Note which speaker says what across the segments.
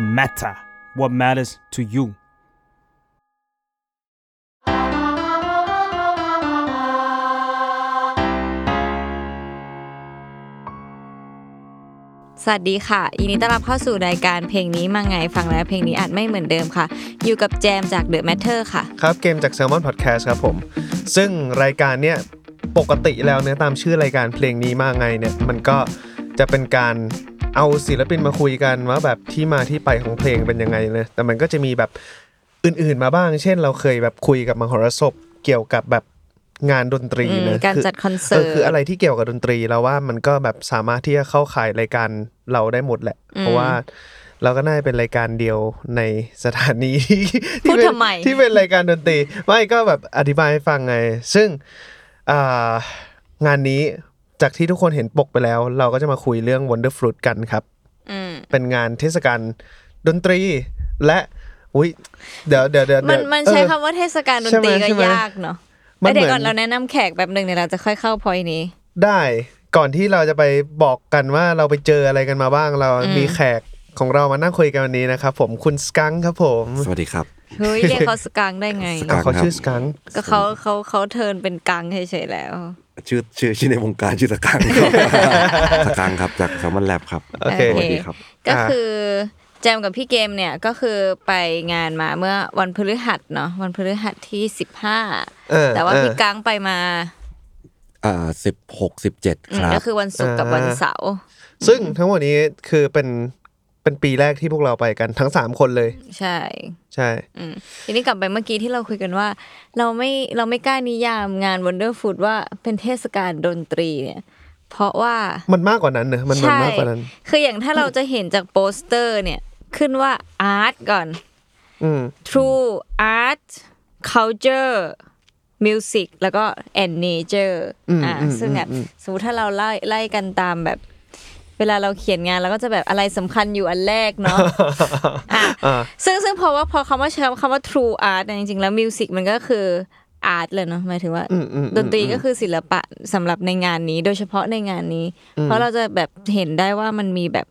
Speaker 1: matter what matters to you
Speaker 2: สวัสดีค่ะยินดีต้อนรับเข้าสู่รายการเพลงนี้มาไงฟังแล้วเพลงนี้อาจไม่เหมือนเดิมค่ะ อยู่กับแจมจาก The Matter ค่ะ
Speaker 3: ครับเกมจาก Salmon Podcast ครับผม ซึ่งรายการเนี้ยปกติแล้วเนี่ยตามชื่อรายการเพลงนี้มาไงเนี่ยมันก็จะเป็นการเอาศิลปินมาคุยกันว่าแบบที่มาที่ไปของเพลงเป็นยังไงเลยแต่มันก็จะมีแบบอื่นๆมาบ้าง เช่นเราเคยแบบคุยกับมหรสพเกี่ยวกับแบบงานดนตรี
Speaker 2: อืม
Speaker 3: นะ
Speaker 2: การจัดคอนเสิร์ต
Speaker 3: คืออะไรที่เกี่ยวกับดนตรีเราว่ามันก็แบบสามารถที่จะเข้าข่ายรายการเราได้หมดแหละ เพราะว่าเราก็น่าจะเป็นรายการเดียวในสถานี ที่
Speaker 2: พูด
Speaker 3: ที่เป็น
Speaker 2: ทำไม
Speaker 3: ที่เป็นรายการดนตรีไม่ก็แบบอธิบายให้ฟังไง ซึ่งอ่างานนี้จากที่ทุกคนเห็นปกไปแล้ว เราก็จะมาคุยเรื่อง Wonder Fruit กันครับ
Speaker 2: อืม
Speaker 3: เป็นงานเทศกาลดนตรีและอุ้ยเดี๋ยวเดี๋ยวเดี๋ยว
Speaker 2: มั
Speaker 3: เดี๋
Speaker 2: น
Speaker 3: ยว
Speaker 2: มันใช้
Speaker 3: เออ
Speaker 2: คำว่าเทศกาลดนตรี
Speaker 3: ใช่
Speaker 2: ก็
Speaker 3: ไหมใช่ไหม
Speaker 2: ยากเนาะ
Speaker 3: มันเหมื
Speaker 2: เดี๋ยว
Speaker 3: อน
Speaker 2: ก่อนเราแนะนำแขกแบบหนึ่งเดี๋ยวเราจะค่อยเข้าพอยนี้
Speaker 3: ได้ก่อนที่เราจะไปบอกกันว่าเราไปเจออะไรกันมาบ้างเรามีแขกของเรามานั่งคุยกันวันนี้นะครับผมคุณสกังครับผม
Speaker 4: สวัสดีครับ
Speaker 2: เฮ้ยเรียกเขาสกังได้ไง
Speaker 4: กั
Speaker 3: อ่ะ
Speaker 4: ง
Speaker 3: เขา
Speaker 4: ครับ
Speaker 3: ชื่อสกัง
Speaker 2: ก็เขาเขาเขาเทิร์นเป็นกังเฉยๆแล้ว
Speaker 4: ชื่อชื่อชื่อในวงการชื่อสกังครับ สกังครับจากสมันแลบครับ
Speaker 3: โอเค
Speaker 4: สวัสดีครับ
Speaker 2: ก็
Speaker 3: อ่า
Speaker 2: คือแจมกับพี่เกมเนี่ยก็คือไปงานมาเมื่อวันพฤหัสเนาะวันพฤหัสที่สิบห้า
Speaker 3: เออ
Speaker 2: แต่ว่า
Speaker 3: เออ
Speaker 2: พี่กังไปมา
Speaker 4: อ่าสิบหกสิบเจ็ด
Speaker 2: อื
Speaker 4: ค
Speaker 2: ม
Speaker 4: รับ
Speaker 2: ก็คือวันศุกร์กับวันเสาร์
Speaker 3: ซึ่งทั้งหมดนี้คือเป็นเป็นปีแรกที่พวกเราไปกันทั้งสามคนเลย
Speaker 2: ใช่
Speaker 3: ใช่
Speaker 2: อืมทีนี้กลับไปเมื่อกี้ที่เราคุยกันว่า เราไม่เราไม่กล้านิยามงาน Wonder Food ว่าเป็นเทศกาลดนตรีเนี่ย เพราะว่า
Speaker 3: มันมากกว่านั้นเนอะมันมัน
Speaker 2: ใช่
Speaker 3: มากกว่านั้น
Speaker 2: คืออย่างถ้าเราจะเห็นจากโปสเตอร์เนี่ย ขึ้นว่า Art ก่อน
Speaker 3: อืม
Speaker 2: True Art Culture Music แล้วก็ and Nature
Speaker 3: อืม
Speaker 2: อ่า
Speaker 3: อืม
Speaker 2: ซึ่งแบบ
Speaker 3: อืมอืม
Speaker 2: สมมติถ้าเราไล่ไล่กันตามแบบ เวลาเราเขียนงานเราก็จะแบบอะไรสำคัญอยู่อันแรก เนาะ อ่ะ
Speaker 3: อ่า
Speaker 2: ซึ่งซึ่งเพราะว่าพอคำว่าใช้คำว่า true art เนี่ยจริงๆ แล้ว music มันก็คือ art เลยเนาะหมายถึงว่า
Speaker 3: อืมอืมอืม
Speaker 2: ดนตรีก็คือศิลปะสำหรับในงานนี้ โดยเฉพาะในงานนี้ เพราะเราจะแบบเห็นได้ว่ามันมีแบบ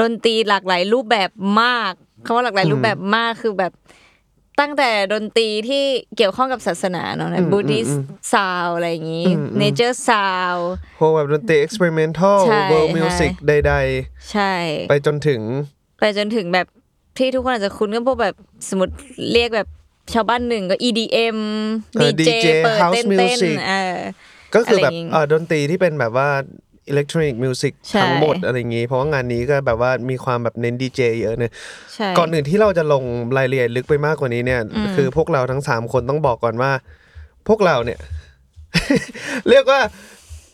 Speaker 2: ดนตรีหลากหลายรูปแบบมากคำว่าหลากหลายรูปแบบมากคือแบบตั้งแต่ดนตรีที่เกี่ยวข้องกับศาสนาเนาะบูดิสซาวอะไรอย่างนี้ nature sound
Speaker 3: พวกแบบดนตรี experimental
Speaker 2: ใช่
Speaker 3: world music
Speaker 2: ใช่
Speaker 3: ใด
Speaker 2: ใช่
Speaker 3: ๆ ไปจนถึง
Speaker 2: ไปจนถึงแบบที่ทุกคนอาจจะคุ้นก็พวกแบบสมมติเรียกแบบชาวบ้านหนึ่งก็ EDM
Speaker 3: เออ
Speaker 2: DJ
Speaker 3: DJ
Speaker 2: เปิด
Speaker 3: House
Speaker 2: เต้นเต้น
Speaker 3: Music
Speaker 2: เออ
Speaker 3: ก็คือแบบ
Speaker 2: อะไรอย่างงี้
Speaker 3: เอ่อดนตรีที่เป็นแบบว่า electronic music
Speaker 2: ใช่
Speaker 3: ทั้งหมดอะไรอย่างงี้ เพราะว่างานนี้ก็แบบว่ามีความแบบเน้นดีเจเยอะเนอะ
Speaker 2: ใช่
Speaker 3: ก่อนอื่นที่เราจะลงรายละเอียดลึกไปมากกว่านี้เนี่ย คือพวกเราทั้งสามคนต้องบอกก่อนว่า พวกเราเนี่ย เรียกว่า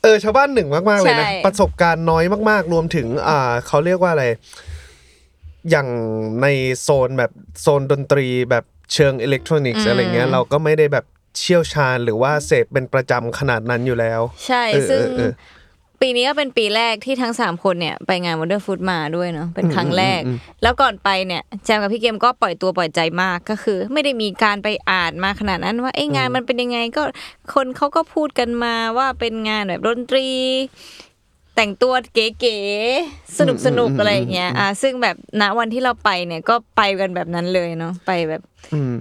Speaker 3: เออชาวบ้านหนึ่งมากๆเลยนะ
Speaker 2: ใช่
Speaker 3: ประสบการณ์น้อยมาก ๆ รวมถึง อ่าเขาเรียกว่าอะไร อย่างในโซนแบบโซนดนตรีแบบเชิงอิเล็กทรอนิกส์อะไรเงี้ยเราก็ไม่ได้แบบเชี่ยวชาญหรือว่าเสพเป็นประจำขนาดนั้นอยู่แล้ว
Speaker 2: ใช่
Speaker 3: เออ
Speaker 2: ซึ่ง
Speaker 3: เออเออ
Speaker 2: ปีนี้ก็เป็นปีแรกที่ทั้ง 3 คนเนี่ย ไปงาน Wonder Food มาด้วยเนาะเป็นครั้งแรก แล้วก่อนไปเนี่ย แจมกับพี่เกมก็ปล่อยตัวปล่อยใจมากก็คือ ไม่ได้มีการไปอ่านมาขนาดนั้นว่าเอ้ยงานมันเป็นยังไงก็คนเขาก็พูดกันมาว่าเป็นงานแบบดนตรี แต่งตัวเก๋ๆสนุกสนุกอะไรอย่างเงี้ยอ่าซึ่งแบบณวันที่เราไปเนี่ยก็ไปกันแบบนั้นเลยเนาะไปแบบ
Speaker 3: อืม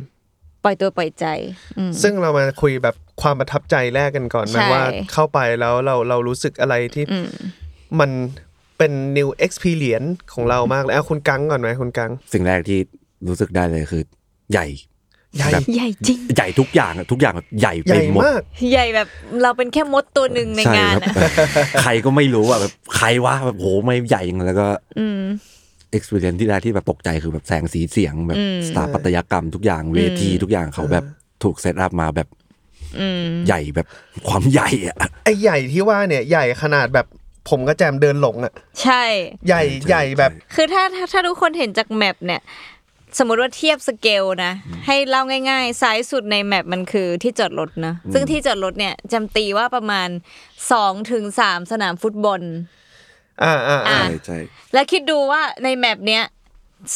Speaker 2: ปล่อยตัวปล่อยใจอืม
Speaker 3: ซึ่งเรามาคุยแบบความประทับใจแรกกันก่อนไหม
Speaker 2: ใช่
Speaker 3: ว่าเข้าไปแล้วเราเรารู้สึกอะไรที่มันเป็น new experience ของเรามากเลยเอาคุณกังก่อนไหมคุณกัง
Speaker 4: สิ่งแรกที่รู้สึกได้เลยคือ ใหญ่
Speaker 3: ใหญ่
Speaker 4: แบบ
Speaker 2: ใหญ่จริง
Speaker 4: ใหญ่ทุกอย่างอะทุกอย่างแบบใหญ่
Speaker 3: ให
Speaker 4: ไป
Speaker 3: ญ่
Speaker 4: หมด
Speaker 3: มาก
Speaker 2: ใหญ่แบบเราเป็นแค่มดตัวหนึ่งใน
Speaker 4: ช่
Speaker 2: งาน
Speaker 4: ครั
Speaker 2: อะ
Speaker 4: บแบบใครก็ไม่รู้อ่ะแบบใครวะแบบโหไม่ใหญ่ยังไงแล้วก็
Speaker 2: อืม
Speaker 4: experience ที่ได้ที่แบบตกใจคือแบบแสงสีเสียง แบบ
Speaker 2: อืม
Speaker 4: สถาปัตยกรรมทุกอย่างเวทีทุกอย่างเขาแบบถูกเซตอัพมาแบบ
Speaker 2: อืม
Speaker 4: ใหญ่แบบความใหญ่อะ
Speaker 3: ไอ้ใหญ่ที่ว่าเนี่ยใหญ่ขนาดแบบผมก็แจมเดินหลงอ่ะ
Speaker 2: ใช่
Speaker 3: ใหญ่ใหญ่แบบ
Speaker 2: คือถ้าถ้าถ้าทุกคนเห็นจากแมปเนี่ย สมมติว่าเทียบสเกลนะ ให้เล่าง่ายๆ ซ้ายสุดในแมปมันคือที่จอดรถนะ ซึ่งที่จอดรถเนี่ยจำตีว่าประมาณ2ถึง3สนามฟุตบอล
Speaker 3: อ่าอ่าอ่า
Speaker 2: อ่ะ
Speaker 4: ใช่ใช่
Speaker 2: แล้วคิดดูว่าในแมปเนี้ย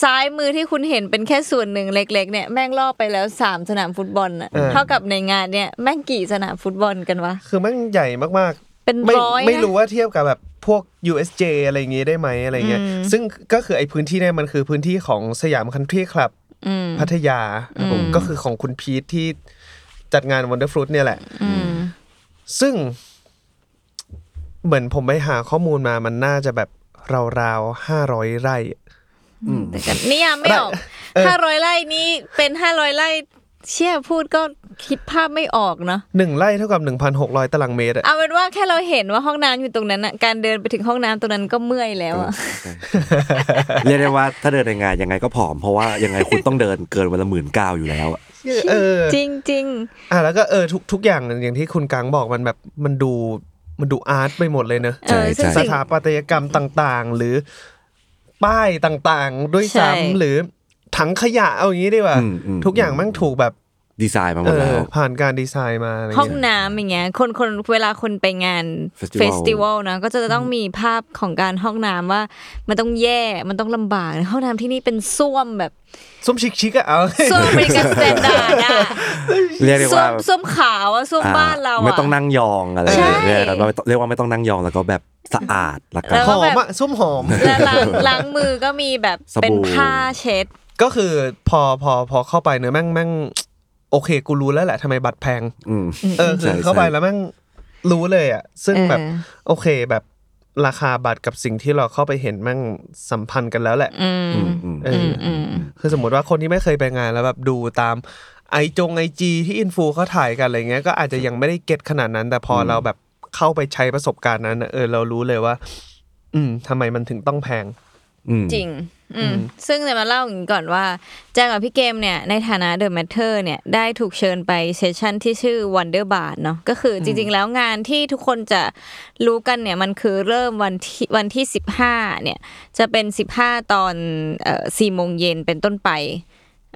Speaker 2: ซ้ายมือที่คุณเห็นเป็นแค่ส่วนหนึ่งเล็กๆเนี่ยแม่งล่อไปแล้วสามสนามฟุตบอลน่ะเท่ากับในงานเนี่ยแม่งกี่สนามฟุตบอลกันวะ
Speaker 3: คือแมันใหญ่มาก
Speaker 2: เป็น
Speaker 3: ไม่
Speaker 2: ร้อยนะ
Speaker 3: ไม่รู้ว่าเทียบกับแบบพวก USJ อะไรอย่างงี้ได้ไหมอะไรเงี้ย
Speaker 2: อืม
Speaker 3: ซึ่งก็คือไอ้พื้นที่เนี่ยมันคือพื้นที่ของสยามคันทรีคลับ
Speaker 2: อืม
Speaker 3: พัทยาครับผม
Speaker 2: อืม
Speaker 3: ก็คือของคุณพีทที่จัดงาน Wonderfruit เนี่ยแหละ
Speaker 2: อืม
Speaker 3: ซึ่ง เหมือนผมไปหาข้อมูลมามันน่าจะแบบราวๆห้าร้อยไร่
Speaker 2: แต่ก็นิยามไม่ออก
Speaker 3: เออ
Speaker 2: ห้าร้อยไร่นี้เป็นห้าร้อยไร่เชี่ยพูดก็คิดภาพไม่ออกเนาะ
Speaker 3: หนึ่งไร่เท่ากับหนึ่งพันหกร้อยตารางเมตรอะ
Speaker 2: เอาเป็นว่าแค่เราเห็นว่าห้องน้ำอยู่ตรงนั้นอะการเดินไปถึงห้องน้ำตรงนั้นก็เมื่อยแล้วอะ
Speaker 4: เรียกได้ว่าถ้าเดินในงานยังไงก็ผอม เพราะว่ายังไงคุณต้องเดินเกินวันละหมื่นเก้าอยู่แล้วอะ
Speaker 3: เออ
Speaker 2: จริงจริง
Speaker 3: อ่ะแล้วก็เออทุกทุกอย่างอย่างที่คุณกังบอกมันแบบมันดูมันดูอาร์ตไปหมดเลยเนอะ
Speaker 2: ๆเออซึ่ง
Speaker 3: ส
Speaker 2: สิ่ง
Speaker 3: ถาปัตยกรรมต่างๆ หรือป้ายต่างๆ ด้วย
Speaker 2: ใช่
Speaker 3: ซ้ำหรือถังขยะเอาอย่างงี้ดีกว่า
Speaker 4: อืมม
Speaker 3: ทุกอย่างแมั่งถูกแบบ
Speaker 4: ดีไซน์มาหม
Speaker 3: เอ
Speaker 4: ดแล้
Speaker 3: อ
Speaker 4: ว
Speaker 3: ผ่านการดีไซน์มาอะไร
Speaker 2: ห้อง
Speaker 3: เงี้ย
Speaker 2: น้ำอย่างเงี้ยคนคนเวลาคนไปงาน
Speaker 4: Festival
Speaker 2: เฟสติวัลนะก็จะต้องมีภาพของการห้องน้ำว่า มันต้องแย่มันต้องลำบากห้องน้ำที่นี่เป็นส้วมแบบ
Speaker 3: ส้มชิคๆอะเอา
Speaker 2: ส้วมอเมริกันสแตนดาร์ดอะ
Speaker 4: เรียกได้
Speaker 2: ส้ว
Speaker 4: ว่า
Speaker 2: มส้วมขาวอะส้วมบ้านเราอะ
Speaker 4: ไม่ต้องนั่งยองอะไร
Speaker 2: ใช่
Speaker 4: เรียกกันว่าเรียกว่าไม่ต้องนั่งยองแล้วก็แบบสะอาดละกัน
Speaker 2: แล้ว
Speaker 3: ห
Speaker 2: ก็
Speaker 3: อมอะส้มหอม
Speaker 2: และล้างล้างมือก็มีแบบ
Speaker 4: สบู่
Speaker 2: เป็นผ้าเช็ด
Speaker 3: ก็คือพอพอพอเข้าไปเนื้อะแม่งแม่งโอเคกูรู้แล้วแหละทำไมบัตรแพง
Speaker 4: อืม
Speaker 3: เออคือ
Speaker 4: ใช่
Speaker 3: เข้าไป
Speaker 4: ใช่
Speaker 3: แล้วแม่งรู้เลยอ่ะ ซึ่งแบบ
Speaker 2: เออ
Speaker 3: โอเคแบบราคาบัตรกับสิ่งที่เราเข้าไปเห็นแม่งสัมพันธ์กันแล้วแหละ
Speaker 2: อืม
Speaker 4: อืมอืม
Speaker 3: เอออ
Speaker 2: อืม
Speaker 3: คือสมมติว่าคนที่ไม่เคยไปงานแล้วแบบดูตามไอจงไอจีที่อินฟูเขาถ่ายกันอะไรเงี้ยก็อาจจะยังไม่ได้เก็ตขนาดนั้น แต่พออเราแบบเข้าไปใช้ประสบการณ์นั้นน่ะเออเรารู้เลยว่า อืมทำไมมันถึงต้องแพง
Speaker 4: อืม
Speaker 2: จริง อืมซึ่งจะมาเล่าอย่างนี้ก่อนว่าแจงกับพี่เกมเนี่ย ในฐานะ The Matter เนี่ย ได้ถูกเชิญไปเซสชั่นที่ชื่อ Wonder Bar เนาะก็คือจริง ๆ แล้วงานที่ทุกคนจะรู้กันเนี่ย มันคือเริ่มวันที่วันที่ 15 เนี่ย จะเป็น 15 ตอนเอ่อ4โมงเย็นเป็นต้นไป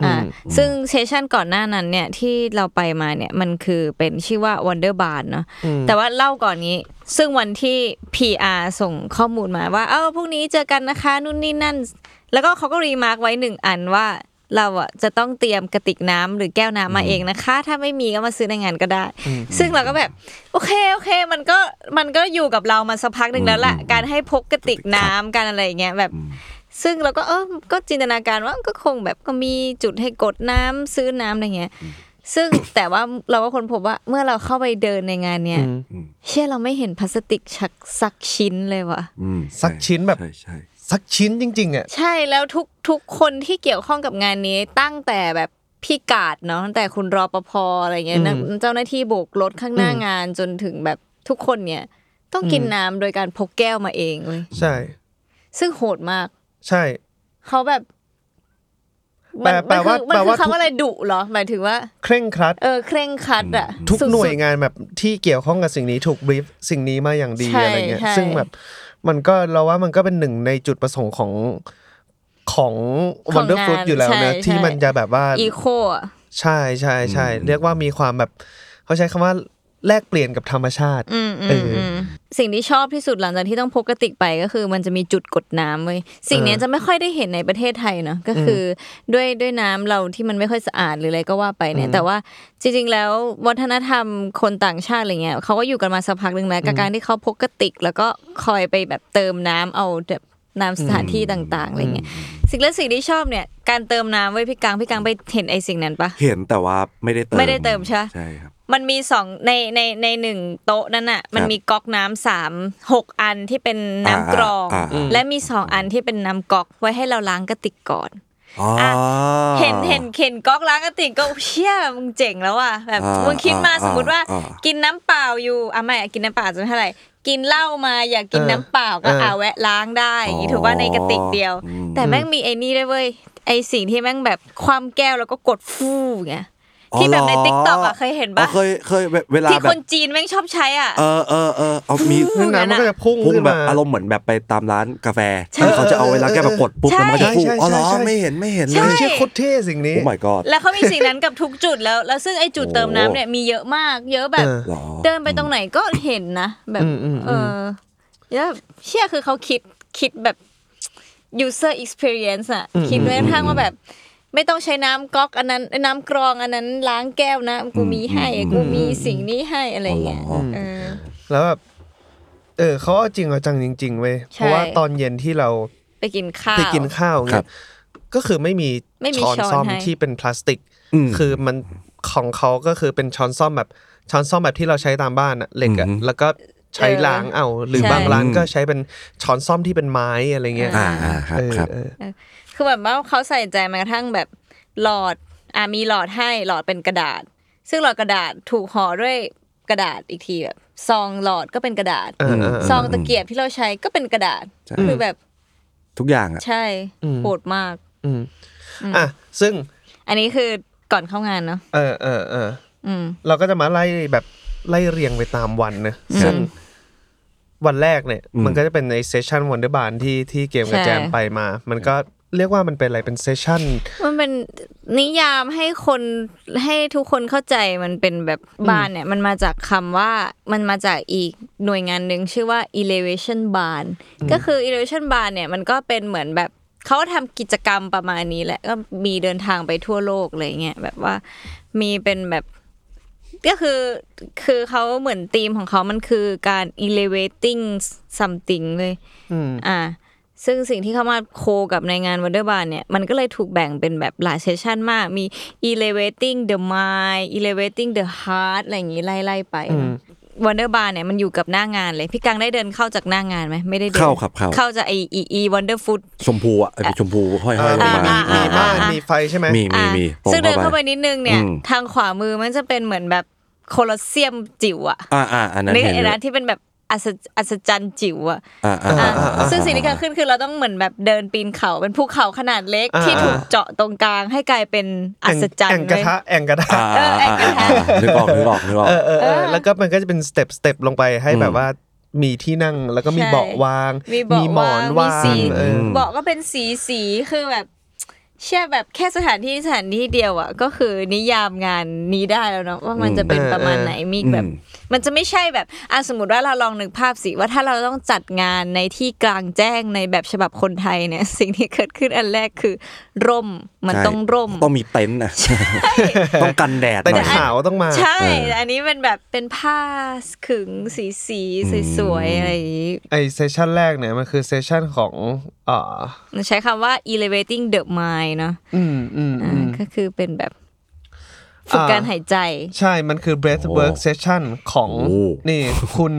Speaker 2: อ่าซึ่งเซสชันก่อนหน้านั้นเนี่ยที่เราไปมาเนี่ยมันคือเป็นชื่อว่า Wonder Bar เนาะแต่ว่าเล่าก่อนนี้ ซึ่งวันที่ PR ส่งข้อมูลมาว่า เอ้าพรุ่งนี้เจอกันนะคะนู่นนี่นั่น แล้วก็เขาก็รีมาร์กไว้หนึ่งอันว่าเราอ่ะจะต้องเตรียมกระติกน้ำหรือแก้วน้ำมาเองนะคะ ถ้าไม่มีก็มาซื้อในงานก็ได้ ซึ่งเราก็แบบ โอเคโอเค มันก็มันก็อยู่กับเรามาสักพักหนึ่งแล้วแหละ
Speaker 4: อืม
Speaker 2: การให้พกกระติกน้ำการอะไรอย่างเงี้ยแบบ ซึ่งเราก็เออก็จินตนาการว่าก็คงแบบก็มีจุดให้กดน้ำซื้อน้ำอะไรเงี้ย ซึ่ง แต่ว่าเราก็คนพบว่าเมื่อเราเข้าไปเดินในงานเนี่ย
Speaker 3: อืม
Speaker 2: เชื่อเราไม่เห็นพลาสติกชักสักชิ้นเลยว่ะ
Speaker 4: อืม
Speaker 3: สักชิ้นแบบ
Speaker 4: ใช่ใช่
Speaker 3: สักชิ้นจริงๆอ่ะ
Speaker 2: ใช่แล้วทุกทุกคนที่เกี่ยวข้องกับงานนี้ตั้งแต่แบบพี่กาดเนาะตั้งแต่คุณรอปภอะไรเงี้ยนะเจ้าหน้าที่โบกรถข้างหน้างานจนถึงแบบทุกคนเนี่ย ต้องกินน้ำโดยการพกแก้วมาเองเลย
Speaker 3: ใช่
Speaker 2: ซึ่งโหดมาก
Speaker 3: ใช่
Speaker 2: เขาแบบ
Speaker 3: แปลแปลว่า
Speaker 2: มัน
Speaker 3: แปล
Speaker 2: คือ
Speaker 3: ว่า
Speaker 2: คำว่าอะไรดุเหรอ หมายถึงว่า
Speaker 3: เคร่งครัด
Speaker 2: เออ เคร่งครัดอะ
Speaker 3: ทุก
Speaker 2: สุดๆ
Speaker 3: หน่วยงานแบบที่เกี่ยวข้องกับสิ่งนี้ถูกบรีฟสิ่งนี้มาอย่างดี
Speaker 2: ใช่
Speaker 3: อะไรเงี้ย
Speaker 2: ใช่
Speaker 3: ซึ่งแบบมันก็เราว่ามันก็เป็นหนึ่งในจุดประสงค์ของของ
Speaker 2: ของ
Speaker 3: Wonder
Speaker 2: งาน
Speaker 3: Fruit อยู่แล้ว
Speaker 2: ใช่
Speaker 3: นะ
Speaker 2: ใช่
Speaker 3: ที่มันจะแบบว่า
Speaker 2: อีโคอะ
Speaker 3: ใช่ใช่ใช่
Speaker 4: อืม
Speaker 3: เรียกว่ามีความแบบ เขาใช้คำว่าแลกเปลี่ยนกับธรรมชาติ
Speaker 2: อืมอื
Speaker 3: เอ
Speaker 2: ม
Speaker 3: ออื
Speaker 2: มสิ่งที่ชอบที่สุดหลังจากที่ต้องพกกระติกไปก็คือ มันจะมีจุดกดน้ำเว้ยสิ่งเนี้ยจะไม่ค่อยได้เห็นในประเทศไทยเนอะก็คืออด้วยด้วยน้ำเราที่มันไม่ค่อยสะอาดหรืออะไรก็ว่าไปเนี่ย แต่ว่าจริง ๆ แล้ววัฒนธรรมคนต่างชาติอะไรเงี้ยเขาก็อยู่กันมาสักพักหนึ่งแล้วกับการที่เขาพกกระติก แล้วก็คอยไปแบบเติมน้ำเอาแบบน้ำสถานที่ต่างๆอะไรเงี้ย สิ่งและสิ่งที่ชอบเนี่ยการเติมน้ำไว้ยพี่กังพี่กังไปเห็นไอ้สิ่งนั้นปะ
Speaker 4: เห็นแต่ว่าไม่ได้เติม
Speaker 2: ไม่ได้เติมใช่ปะ
Speaker 4: ใช่ครับ
Speaker 2: มันมีสองในในในหนึ่งโต๊ะนั่นน่ะมันมีก๊อกน้ำสามหกอันที่เป็นน้ำกรอง
Speaker 4: อ่าอ่าอ่า
Speaker 2: และมีสองอันที่เป็นน้ำก๊อกไว้ให้เราล้างกระติกก่อน
Speaker 4: อ๋ออ
Speaker 2: ะ เห็นเห็นเข็นก๊อกล้างกระติกก็เชี่ยมึงเจ๋งแล้วอ่ะแบบ
Speaker 4: อ่า
Speaker 2: มึงคิดมา
Speaker 4: อ่า
Speaker 2: สมมติว่า
Speaker 4: อ่า
Speaker 2: กินน้ำเปล่าอยู่อ่ะไม่อ่ะกินน้ำเปล่าจะไม่เท่าไหร่กินเหล้ามาอยากกินน้ำเปล่าก็
Speaker 3: เออ
Speaker 2: อ่าแวะล้างได้อย่างงี้ถือว่าในกระติกเดียว
Speaker 4: อืม
Speaker 2: แต่แม่งมีไอ้นี่ด้วยเว้ยไอ้สิ่งที่แม่งแบบความแก้วแล้วก็กดฟู่ไง
Speaker 4: อ๋อ
Speaker 2: ที่แบบใน
Speaker 4: หร
Speaker 2: ติ๊กต็อกอ่ะเคยเห็นปะ
Speaker 4: อ๋อเคยเคยเวเวลา
Speaker 2: ที่
Speaker 4: แบ
Speaker 2: ค
Speaker 4: บ
Speaker 2: นจีนแม่งชอบใช้อ่ะ
Speaker 4: เออเออเออเอามี
Speaker 3: นั่นน้ำมันก็จะพุ่ง
Speaker 4: พุ่ง
Speaker 3: ขึ้น
Speaker 4: แบบ
Speaker 3: มา
Speaker 4: อารมณ์เหมือนแบบไปตามร้านกาแฟ
Speaker 2: ใช่
Speaker 4: ที่เขาจะเอาเวลาแก้แบบกดปุ๊บ
Speaker 2: ใช่
Speaker 4: แล้วมันจะพุ่ง
Speaker 3: ใช่ใช่
Speaker 4: อ๋อเหรอ
Speaker 3: ใช่
Speaker 4: ไม่เห็นไม่เห็นเล
Speaker 2: ใช่
Speaker 4: ย
Speaker 3: เชี่ยโคตรเท่สิ่งนี้
Speaker 4: โอ้ my god
Speaker 2: แล้วเขามีสิ่งนั้นกับทุกจุดแล้ว แล้วซึ่งไอ้จุดเติมน้ำเนี่ยมีเยอะมาก เยอะแบบ
Speaker 3: เออ
Speaker 4: หรอ
Speaker 2: เดินไปตรงไหนก็เห็นนะ แบบ
Speaker 3: อืมอืม
Speaker 2: เอ
Speaker 3: อืม
Speaker 2: อแล้วเชื่อคือเขาคิดคิดแบบ user experience อะคิดแม้กระทั่งว่าแบบ ไม่ต้องใช้น้ำก๊อกอันนั้นน้ำกรองอันนั้นล้างแก้วนะ กูมีให้กูมีสิ่งนี้ให้อะไรอย่างเงี้ย
Speaker 4: อ๋อ
Speaker 2: เออ
Speaker 3: แล้วแบบ เออเขาเอาจริงเอาจังจริงๆเว้ย
Speaker 2: ใช่
Speaker 3: เพราะว่าตอนเย็นที่เรา
Speaker 2: ไปกินข้าว
Speaker 3: ไปกินข้าว
Speaker 4: ครั
Speaker 3: เนี่ย
Speaker 4: บ
Speaker 3: ก็คือไม่มี
Speaker 2: ไม่มี
Speaker 3: ช้อน
Speaker 2: ช้อน
Speaker 3: ซ่อม
Speaker 2: ให้
Speaker 3: ที่เป็นพลาสติก
Speaker 4: ม
Speaker 3: คือมันของเขาก็คือเป็นช้อนซ่อมแบบช้อนซ่อมแบบที่เราใช้ตามบ้านอะเหล็กอะ
Speaker 4: อือหือ
Speaker 3: แล้วก็ใช้ล้างเอาหรือ
Speaker 2: ใช่
Speaker 3: บางร้าน
Speaker 4: อืม
Speaker 3: ก็ใช้เป็นช้อนซ่อมที่เป็นไม้อะไรเงี้ย
Speaker 4: อ่าอ่าครับ
Speaker 3: เออ
Speaker 4: ครับ
Speaker 3: เออ
Speaker 2: คือแบบว่าเขาใส่ใจแม้กระทั่งแบบหลอดอ่ะมีหลอดให้หลอดเป็นกระดาษ ซึ่งหลอดกระดาษถูกห่อด้วยกระดาษอีกทีแบบซองหลอดก็เป็นกระดาษ
Speaker 3: เออเออ
Speaker 2: ซองตะเกียบที่เราใช้ก็เป็นกระดาษ
Speaker 4: ใช่
Speaker 2: คือแบบ
Speaker 4: ทุกอย่างอ่ะ
Speaker 2: ใช่โหดมาก
Speaker 3: อืมอ่ะซึ่ง
Speaker 2: อันนี้คือก่อนเข้างานเนาะ
Speaker 3: เออเออเออ
Speaker 2: อืม
Speaker 3: เราก็จะมาไล่แบบไล่เรียงไปตามวันนะ
Speaker 2: อืม
Speaker 3: ซึ่งวันแรกเนี่ย
Speaker 4: อืม
Speaker 3: มันก็จะเป็นในเซสชันวันเดอร์บานที่ที่เกมกับ
Speaker 2: ใช่
Speaker 3: แจมไปมา มันก็เรียกว่ามันเป็นอะไรเป็นเซสชัน
Speaker 2: มันเป็นนิยามให้คนให้ทุกคนเข้าใจมันเป็นแบบบ้านเนี่ย มันมาจากคำว่ามันมาจากอีกหน่วยงานหนึ่งชื่อว่า elevation barn ก็คือ elevation barn เนี่ยมันก็เป็นเหมือนแบบเขาทำกิจกรรมประมาณนี้แหละก็มีเดินทางไปทั่วโลกเลยเงี้ยแบบว่ามีเป็นแบบ ก็คือคือเขาเหมือนธีมของเขามันคือการ elevating something เลย
Speaker 3: อืม
Speaker 2: อ่าซึ่งสิ่งที่เข้ามาโคกับในงานวันเดอร์บาร์เนี่ย มันก็เลยถูกแบ่งเป็นแบบหลายเซสชันมาก มี elevating the mind elevating the heart อะไรอย่างนี้ไล่ๆไป
Speaker 3: อืม
Speaker 2: วันเดอร์บาร์เนี่ยมันอยู่กับหน้างานเลย พี่กังได้เดินเข้าจากหน้างานไหมไม่ได้เดิน
Speaker 4: เข้าครับเข้า
Speaker 2: เข้าจากไออีอีวันเดอร์ฟูด
Speaker 4: ชมพูอ่ะไอ้ชมพูห้อย
Speaker 3: เอ
Speaker 4: ห้อย
Speaker 3: อ
Speaker 4: ลงมา
Speaker 3: มี
Speaker 2: อ่า
Speaker 3: มี
Speaker 2: อ่า
Speaker 3: บ้าน
Speaker 2: อ่ามี
Speaker 3: มีไฟใช่ไหม
Speaker 4: มีมี
Speaker 2: อ่ะ
Speaker 4: มีตรง
Speaker 2: ซึ่งเดินเข้า
Speaker 4: เข้า
Speaker 2: ไป
Speaker 4: ไป
Speaker 2: นิดนึงเนี่ย
Speaker 4: อืม
Speaker 2: ทางขวามือมันจะเป็นเหมือนแบบโคลอสเซียมจิ๋วอะ
Speaker 4: อ่าอ่าอันนั้น
Speaker 2: นี่ไอ้
Speaker 4: เห็นอยู่
Speaker 2: นะที่เป็นแบบอัศอัศจรรย์จิ๋วอะ
Speaker 4: อ่าอ่า
Speaker 2: อ่ะ
Speaker 4: อ่าอ่า
Speaker 2: ซึ่งสิ่งที่เกิดขึ้นคือเราต้องเหมือนแบบเดินปีนเขาเป็นภูเขาขนาดเล็ก
Speaker 3: อ่า
Speaker 2: ที่ถูกเจาะตรงกลางให้กลายเป็นอัศจรร
Speaker 3: แอ่ง
Speaker 2: ย์
Speaker 3: กระ
Speaker 2: เว้ย
Speaker 3: ทะแอ่งกระทะ
Speaker 4: อ่าอ่าอ่าอ่านึกออกนึกออกนึกออก
Speaker 3: เออเออเออแล้วก็มันก็จะเป็นสเต็ปสเต็ปลงไปให้
Speaker 4: อืม
Speaker 3: แบบว่ามีที่นั่งแล้วก็มี
Speaker 2: ใช่
Speaker 3: เบาะวาง
Speaker 2: มีเบาะ
Speaker 3: หมอ
Speaker 2: วางมี
Speaker 3: นวาง
Speaker 2: สี
Speaker 3: เออ
Speaker 4: ม
Speaker 2: เบาะก็เป็นสีสีคือแบบเชื่อแบบแค่สถานที่สถานที่เดียวอ่ะก็คือนิยามงานนี้ได้แล้วเนาะว่ามันจะเป็นประมาณไหนมีแบบ
Speaker 4: อืม
Speaker 2: มันจะไม่ใช่แบบอ่ะสมมติว่าเราลองนึกภาพสิว่าถ้าเราต้องจัดงานในที่กลางแจ้งในแบบฉบับคนไทยเนี่ย สิ่งที่เกิดขึ้นอันแรกคือ ร่มมัน
Speaker 4: ใช่
Speaker 2: ต้องร่ม
Speaker 4: ต้องมีเต็นท์นะ ต้องกันแดดห
Speaker 3: แต่
Speaker 4: น่อย
Speaker 3: ขาวต้องมา
Speaker 2: ใช่
Speaker 4: เออ
Speaker 2: แต่อันนี้เป็นแบบเป็นผ้าขึงสีสี
Speaker 4: อืม
Speaker 2: สวยๆอะไรอย่างนี้
Speaker 3: ไอเซสชันแรกเนี่ยมันคือเซสชันของเอ่อ
Speaker 2: ใช้คำว่า elevating the mind เนอะ
Speaker 3: อืมอืม
Speaker 2: อ่า
Speaker 3: อืม
Speaker 2: ก็คือเป็นแบบฝึก
Speaker 3: อ่า
Speaker 2: การหายใจ
Speaker 3: ใช่ มันคือ breath
Speaker 4: โอ้
Speaker 3: work session ของ
Speaker 4: โอ้
Speaker 3: นี่ คุณ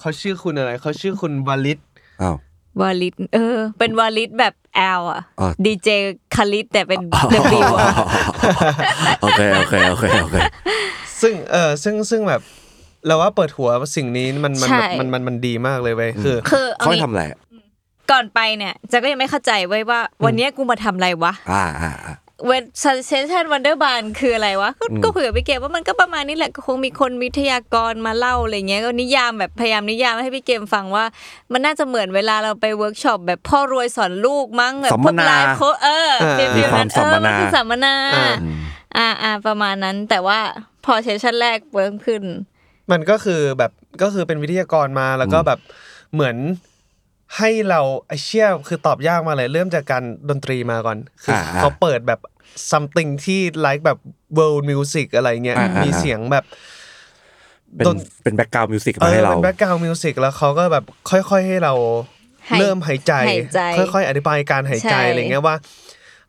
Speaker 3: เขาชื่อคุณอะไร เขาชื่อคุณวลิต
Speaker 4: อ้าว
Speaker 2: วาลิตเออ เป็นวาลิตแบบ L อ่ะ
Speaker 4: อ่า
Speaker 2: DJ คาลิตแต่เป็น W อ่ะ
Speaker 4: โอเคโอเคโอเคโอเค
Speaker 3: ซึ่งเออซึ่งซึ่งแบบเราว่าเปิดหัวสิ่งนี้มันมัน
Speaker 2: ใช่
Speaker 3: แบบมันมันมันดีมากเลยเว้ยคือ
Speaker 2: คือเอา
Speaker 4: เขาให้
Speaker 2: งี้
Speaker 4: ทำอะไร
Speaker 2: ก่อนไปเนี่ยจะก็ยังไม่เข้าใจไว้ยว่า วันเนี้ยกูมาทำอะไรวะ
Speaker 4: อ่าอ่าอ่า
Speaker 2: เวทเซสชันวันเดอร์บานคืออะไรวะก็ก็คุยกับพี่เกมว่ามันก็ประมาณนี้แหละก็คงมีคนวิทยากรมาเล่าอะไรเงี้ยก็นิยามแบบพยายามนิยามให้พี่เกมฟังว่า มันน่าจะเหมือนเวลาเราไปเวิร์กช็อปแบบพ่อรวยสอนลูกมั้งแบบ
Speaker 4: สัม
Speaker 2: พ
Speaker 4: ม
Speaker 2: วก
Speaker 4: นา
Speaker 2: ไลฟ์โค้ชเออ
Speaker 3: เออ
Speaker 2: ฟีลฟีลนั้น
Speaker 4: มีความสั
Speaker 2: เอ
Speaker 4: ม
Speaker 2: อ
Speaker 4: ม
Speaker 2: มัน
Speaker 4: นา
Speaker 2: คือสัมมนาอ่าอ่าประมาณนั้นแต่ว่าพอเซสชันแรกเวิร์กขึ้น
Speaker 3: มันก็คือแบบก็คือเป็นวิทยากรมาแล้วก็แบบเหมือนให้เราไอเชี่ยคือตอบยากมากเลยเริ่มจากการดนตรีมาก่อนคืออาเขาเปิดแบบ something ที่ like แบบ world music อะไรเงี้ย
Speaker 4: อ่าอ่ามี
Speaker 3: มีเสียงแบบ
Speaker 4: เป็น
Speaker 3: ดน
Speaker 4: เป็นแบ็กกราวด์มิวสิก
Speaker 3: เอ
Speaker 4: มาให้
Speaker 3: อ
Speaker 4: เรา
Speaker 3: เป็นแบ็กกราวด์มิวสิกแล้วเขาก็แบบค่อยๆให้เรา
Speaker 2: หาย
Speaker 3: เริ่มหายใจ
Speaker 2: หายใจ
Speaker 3: ค่อยๆ อธิบายการหายใจ
Speaker 2: ใช่
Speaker 3: อะไรเงี้ยว่า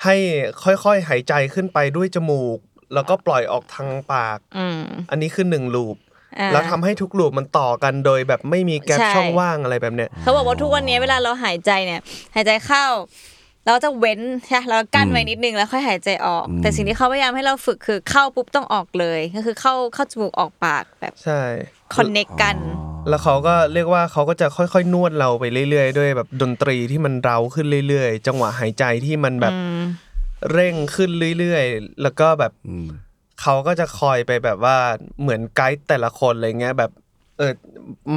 Speaker 3: ให้ค่อยๆหายใจขึ้นไปด้วยจมูก แล้วก็ปล่อยออกทางปาก
Speaker 2: อืม
Speaker 3: อันนี้คือหนึ่งลูป
Speaker 2: อ่า
Speaker 3: แล้วทำให้ทุกลูปมันต่อกันโดยแบบไม่มีแกลบ
Speaker 2: ใช่
Speaker 3: ช่องว่างอะไรแบบเนี้ย
Speaker 2: เขาบอกว่าทุกวันนี้เวลาเราหายใจเนี่ย หายใจเข้า เราจะเว้นใช่ไหมเรากั้นไว้นิดนึงแล้วค่อยหายใจออก
Speaker 4: อืม
Speaker 2: แต่สิ่งที่เขาพยายามให้เราฝึกคือเข้าปุ๊บต้องออกเลยก็คือเข้าเข้าจมูกออกปากแบบ
Speaker 3: ใช่
Speaker 2: คอนเน c t กัน
Speaker 3: แล้วเขาก็เรียกว่าเขาก็จะค่อยๆ นวดเราไปเรื่อยๆ ด้วยแบบดนตรีที่มันเร้าขึ้นเรื่อยๆ จังหวะหายใจที่มันแบบเร่งขึ้นเรื่อยๆ แล้วก็แบบ
Speaker 4: อืม
Speaker 3: เขาก็จะคอยไปแบบว่าเหมือนไกด์แต่ละคนอะไรเงี้ยแบบเออ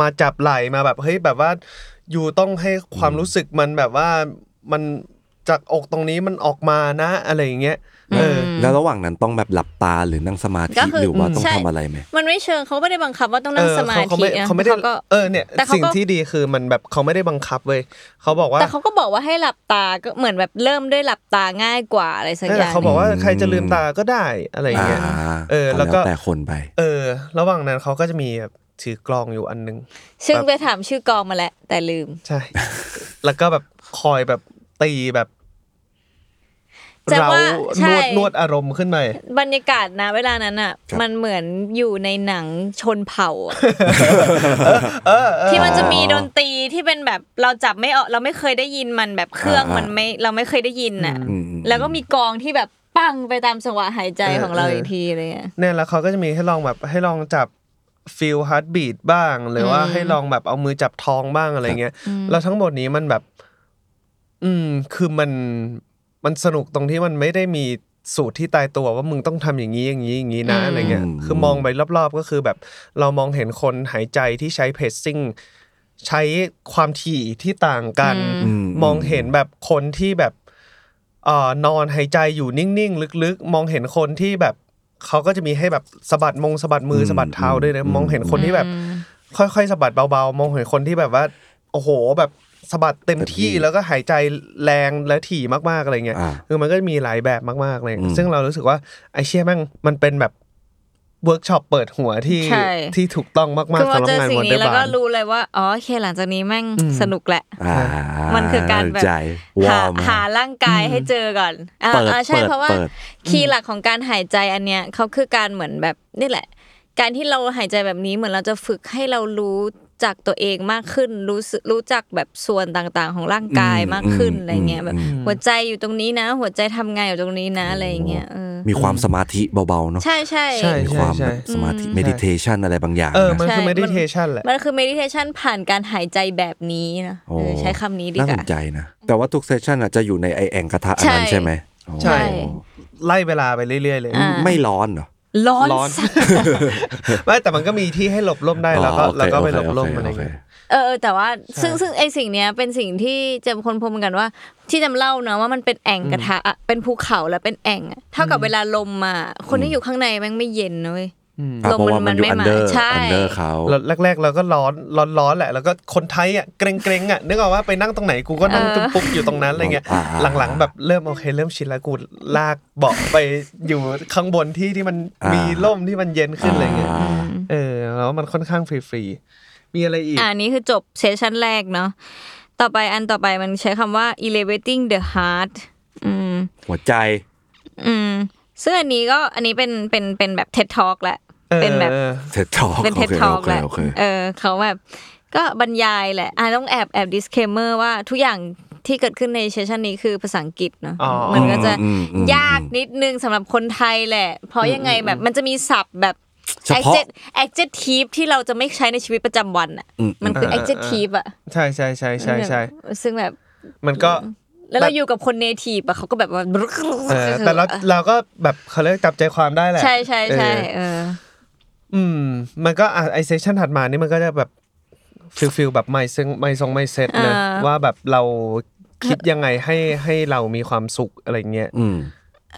Speaker 3: มาจับไหล่มาแบบเฮ้ยแบบว่าอยู่ต้องให้ความรู้สึกมันแบบว่ามันจากอกตรงนี้มันออกมานะอะไรอย่างเงี้ยเอออ
Speaker 4: แล้วระหว่างนั้นต้องแบบหลับตาหรือนั่งสมาธิ
Speaker 2: ก็คือ
Speaker 4: หรือว่าต้อง
Speaker 2: ใช่
Speaker 4: ทำอะไรไหม
Speaker 2: มันไม่เชิงเขาไม่ได้บังคับว่าต้องนั่งสมา
Speaker 3: เออเข
Speaker 2: ธินะ
Speaker 3: เขาไม่ได้
Speaker 2: แต่เขาก็
Speaker 3: เออเนี่ย
Speaker 2: แต่เขาก็
Speaker 3: สิ่งที่ดีคือมันแบบเขาไม่ได้บังคับเว้ยเขาบอกว่า
Speaker 2: แต่เขาก็บอกว่าให้หลับตาก็เหมือนแบบเริ่มด้วยหลับตาง่ายกว่าอะไรสัก
Speaker 3: นั่
Speaker 2: อ
Speaker 3: นแหละ
Speaker 2: ย่าง
Speaker 3: เขาบอกว่า
Speaker 4: อืม
Speaker 3: ใครจะลืมตาก็ได้อะไรอย่างเงี้ย
Speaker 4: อ่า
Speaker 3: เออแล้วก็
Speaker 4: แต่คนไป
Speaker 3: เออ ระหว่างนั้นเขาก็จะมีแบบ ถือกลองอยู่อันหนึง
Speaker 2: ซึ่ง
Speaker 3: แบบ
Speaker 2: ไปถามชื่อกองมาแล้ว แต่ลืม
Speaker 3: ใช่ แล้วก็แบบคอยแบบตีแบบ
Speaker 2: จะ
Speaker 3: เรา
Speaker 2: ว่าใช่
Speaker 3: นวดนวดอารมณ์ขึ้นหน่อย
Speaker 2: บรรยากาศนะเวลานั้นอ่ะ
Speaker 4: ครับ
Speaker 2: มันเหมือนอยู่ในหนังชนเผ่าอะ
Speaker 3: เออเออ
Speaker 2: ที่มันจะมีดนตรีที่เป็นแบบเราจับไม่ออกเราไม่เคยได้ยินมันแบบเครื่อง
Speaker 4: อ่ามั
Speaker 2: มันไม่เราไม่เคยได้ยินอ่ะ
Speaker 4: อืมอืม
Speaker 2: แล้วก็มีกองที่แบบปังไปตามจังหวะหายใจของเราอีกทีอะไรเงี้ย
Speaker 3: เนี่ยแล้วเขาก็จะมีให้ลองแบบให้ลองจับฟิลฮาร์ดบีดบ้าง หรือว่า
Speaker 2: อืม
Speaker 3: ให้ลองแบบเอามือจับท้องบ้างอะไรเงี้ยแล้วทั้งหมดนี้มันแบบ อืม คือมันมันสนุกตรงที่มันไม่ได้มีสูตรที่ตายตัวว่ามึงต้องทำอย่างนี้อย่างนี้อย่างนี้นะอะไรเงี้ยคือมองไปรอบๆก็คือแบบ เรามองเห็นคนหายใจที่ใช้เพจซิ่งใช้ความถี่ที่ต่างกัน
Speaker 4: ม
Speaker 3: มองเห็นแบบคนที่แบบเอ่อนอนหายใจอยู่นิ่งๆ ลึกๆ มองเห็นคนที่แบบเขาก็จะมีให้แบบสะบัดมงสะบัดมืออ
Speaker 4: ม
Speaker 3: สะบัดเท้าด้วยนะ
Speaker 4: อืม
Speaker 3: มองเห็นคนที่แบบ ค่อยๆสะบัดเบาๆ มองเห็นคนที่แบบว่า โอ้โหแบบสะบัดเต็มที่แล้วก็หายใจแรงและถี่มากๆอะไรเงี้ย
Speaker 4: อ่า
Speaker 3: คือมันก็มีหลายแบบมากๆเลย
Speaker 4: อืม
Speaker 3: ซึ่งเรารู้สึกว่าไอเชี่ยแม่งมันเป็นแบบเวิร์กช็อปเปิดหัวที่
Speaker 2: ใช่
Speaker 3: ที่ถูกต้องมาก
Speaker 2: คือ
Speaker 3: ๆ
Speaker 2: มา
Speaker 3: สำหรั
Speaker 2: เจอง
Speaker 3: บาน
Speaker 2: สิ่ง
Speaker 3: วันเดอ
Speaker 2: นี้
Speaker 3: ร์
Speaker 2: แล้ว
Speaker 3: บา
Speaker 2: ก็
Speaker 3: ร์
Speaker 2: รู้เลยว่าอ๋อโอเคหลังจากนี้แม่ง
Speaker 3: อืม
Speaker 2: สนุกแหละ
Speaker 4: อ่า
Speaker 2: มันคือการแบบ
Speaker 4: ใจว
Speaker 2: หา
Speaker 4: อร์ม
Speaker 2: หาร่างกายให้เจอก่อนอ่า
Speaker 4: เปิด
Speaker 2: อ่าใช่
Speaker 4: เปิด
Speaker 2: เพราะว่า
Speaker 4: เปิด
Speaker 2: คีย์หลักของการหายใจอันเนี้ยเขาคือการเหมือนแบบนี่แหละ การที่เราหายใจแบบนี้เหมือนเราจะฝึกให้เรารู้จักตัวเองมากขึ้น รู้สึกรู้จักแบบส่วนต่างๆ ของร่างกายมากขึ้นอะไรเงี้ยแบบหัวใจอยู่ตรงนี้นะ หัวใจทำงานอยู่ตรงนี้นะอะไรเงี้ยเออ
Speaker 4: มีความสมาธิเบาๆเนาะ
Speaker 2: ใช่ใช่
Speaker 3: ใช่
Speaker 4: มีความแบบสมาธิ
Speaker 2: ใช่
Speaker 4: meditation อะไรบางอย่าง
Speaker 3: เออมัน
Speaker 4: นะ
Speaker 3: คือ
Speaker 2: ใช่มั
Speaker 3: เม
Speaker 2: น
Speaker 3: ดิเทชันแหละ
Speaker 2: มันคือ meditation ผ่านการหายใจแบบนี้นะ
Speaker 4: โอ้
Speaker 2: เออใช้คำนี้ดี
Speaker 4: น่าส
Speaker 2: กว่า
Speaker 4: นใจนะ แต่ว่าทุกเซสชันอ่ะจะอยู่ในไอแองกระทะอันนั้น
Speaker 2: ใช่
Speaker 4: ใช่ไหมอ๋อ
Speaker 3: ใช่ ไล่เวลาไปเรื่อยๆเลย
Speaker 2: อ่า
Speaker 4: ไม่ร้อนเหรอ
Speaker 2: ร้อน
Speaker 3: ร้อน
Speaker 2: สัส
Speaker 3: ไม่แต่มันก็มีที่ให้หลบล่มได้แล้วก็
Speaker 4: อ๋อโอเค
Speaker 3: แล้วก็ไปหลบ
Speaker 4: โอเค
Speaker 3: ล่มอะไร
Speaker 4: โอเค
Speaker 3: เงี้ย
Speaker 2: เออเออแต่ว่า
Speaker 3: ใช่
Speaker 2: ซึ่งซึ่งไอสิ่งเนี้ยเป็นสิ่งที่เจมคนพบเหมอนกันว่า ที่จำเล่าเนาะว่ามันเป็นแอ่งกระทะอะเป็นภูเขาแล้วเป็นแอ่งอะเท่ากับเวลาลมมาคนที่อยู่ข้างในแม่งไม่เย็นนะเว้ย
Speaker 4: อ่ะ
Speaker 2: ลม
Speaker 4: เพราะว่ามันอยู่
Speaker 2: มั
Speaker 4: อั
Speaker 2: น
Speaker 4: น
Speaker 2: ไม่
Speaker 4: เดอร์
Speaker 2: มาใช่
Speaker 4: อันเดอร์เขา
Speaker 3: แล้วแรก ๆ เราก็ร้อนร้อนร้อนแหละ แล้วก็คนไทยอ่ะเกรงเกรงๆอ่ะนึกออกว่าไปนั่งตรงไหนกูก็นั่งจุ๊บปุ๊กอยู่ตรงนั้นอะไรเงี้ย
Speaker 4: อ่าอ่า
Speaker 3: หลังๆ แบบเริ่มโอเค เริ่มชินแล้วกูลากเบาะไปอยู่ข้างบนที่ที่มัน
Speaker 4: อ่ามี
Speaker 3: มีร่มที่มันเย็นขึ้นอะไรเงี้ย
Speaker 4: อ่า
Speaker 3: เออแล้วมันค่อนข้างฟรีๆมีอะไรอีก
Speaker 2: อันนี้คือจบเซสชั่นแรกเนาะต่อไปอันต่อไปมันใช้คำว่า elevating the heart อืม
Speaker 4: หัวใจ
Speaker 2: อืมซึ่งอันนี้ก็อันนี้เป็นเป็นเป็นแบบ TED Talk แหละ เป็นแบบ
Speaker 3: เออ
Speaker 4: เท็ดทอก
Speaker 2: เป็นเท็ดทอกแหละ
Speaker 4: โอเค
Speaker 2: เออเขาแบบก็บรรยายแหละอ่ะต้องแอบแอบ disclaimer ว่าทุกอย่างที่เกิดขึ้นในเซสชันนี้คือภาษาอังกฤษเนาะ
Speaker 3: อ๋อ
Speaker 2: มันก็จะ
Speaker 4: อืมอืม
Speaker 2: ยากนิดนึงสำหรับคนไทยแหละ เพราะยังไงแบบมันจะมีศัพท์แบบ
Speaker 4: เฉพาะ
Speaker 2: adject- adjective ที่เราจะไม่ใช้ในชีวิตประจำวันอ่ะมันคือ
Speaker 3: อ่าอ่า
Speaker 2: adjective อ่ะ
Speaker 3: ใช่ใช่ใช่ใช่ใช่
Speaker 2: ซึ่งแบบ
Speaker 3: มันก็
Speaker 2: แล้วเราอยู่กับคน native อ่ะเขาก็แบบว่า
Speaker 3: เออแต่เราเราก็แบบเขาเรียกจับใจความได้แหละ
Speaker 2: ใช่ใช่ใช่
Speaker 3: เออ
Speaker 2: เออ
Speaker 3: อืมมันก็อ่ะไอเซสชันถัดมานี่มันก็จะแบบฟิลฟิลแบบไม่ซึ่งไม่ทรงไม่เซตนะ
Speaker 2: อ่า
Speaker 3: ว่าแบบเราคิดยังไงให้ให้เรามีความสุขอะไรเงี้ย
Speaker 4: อืม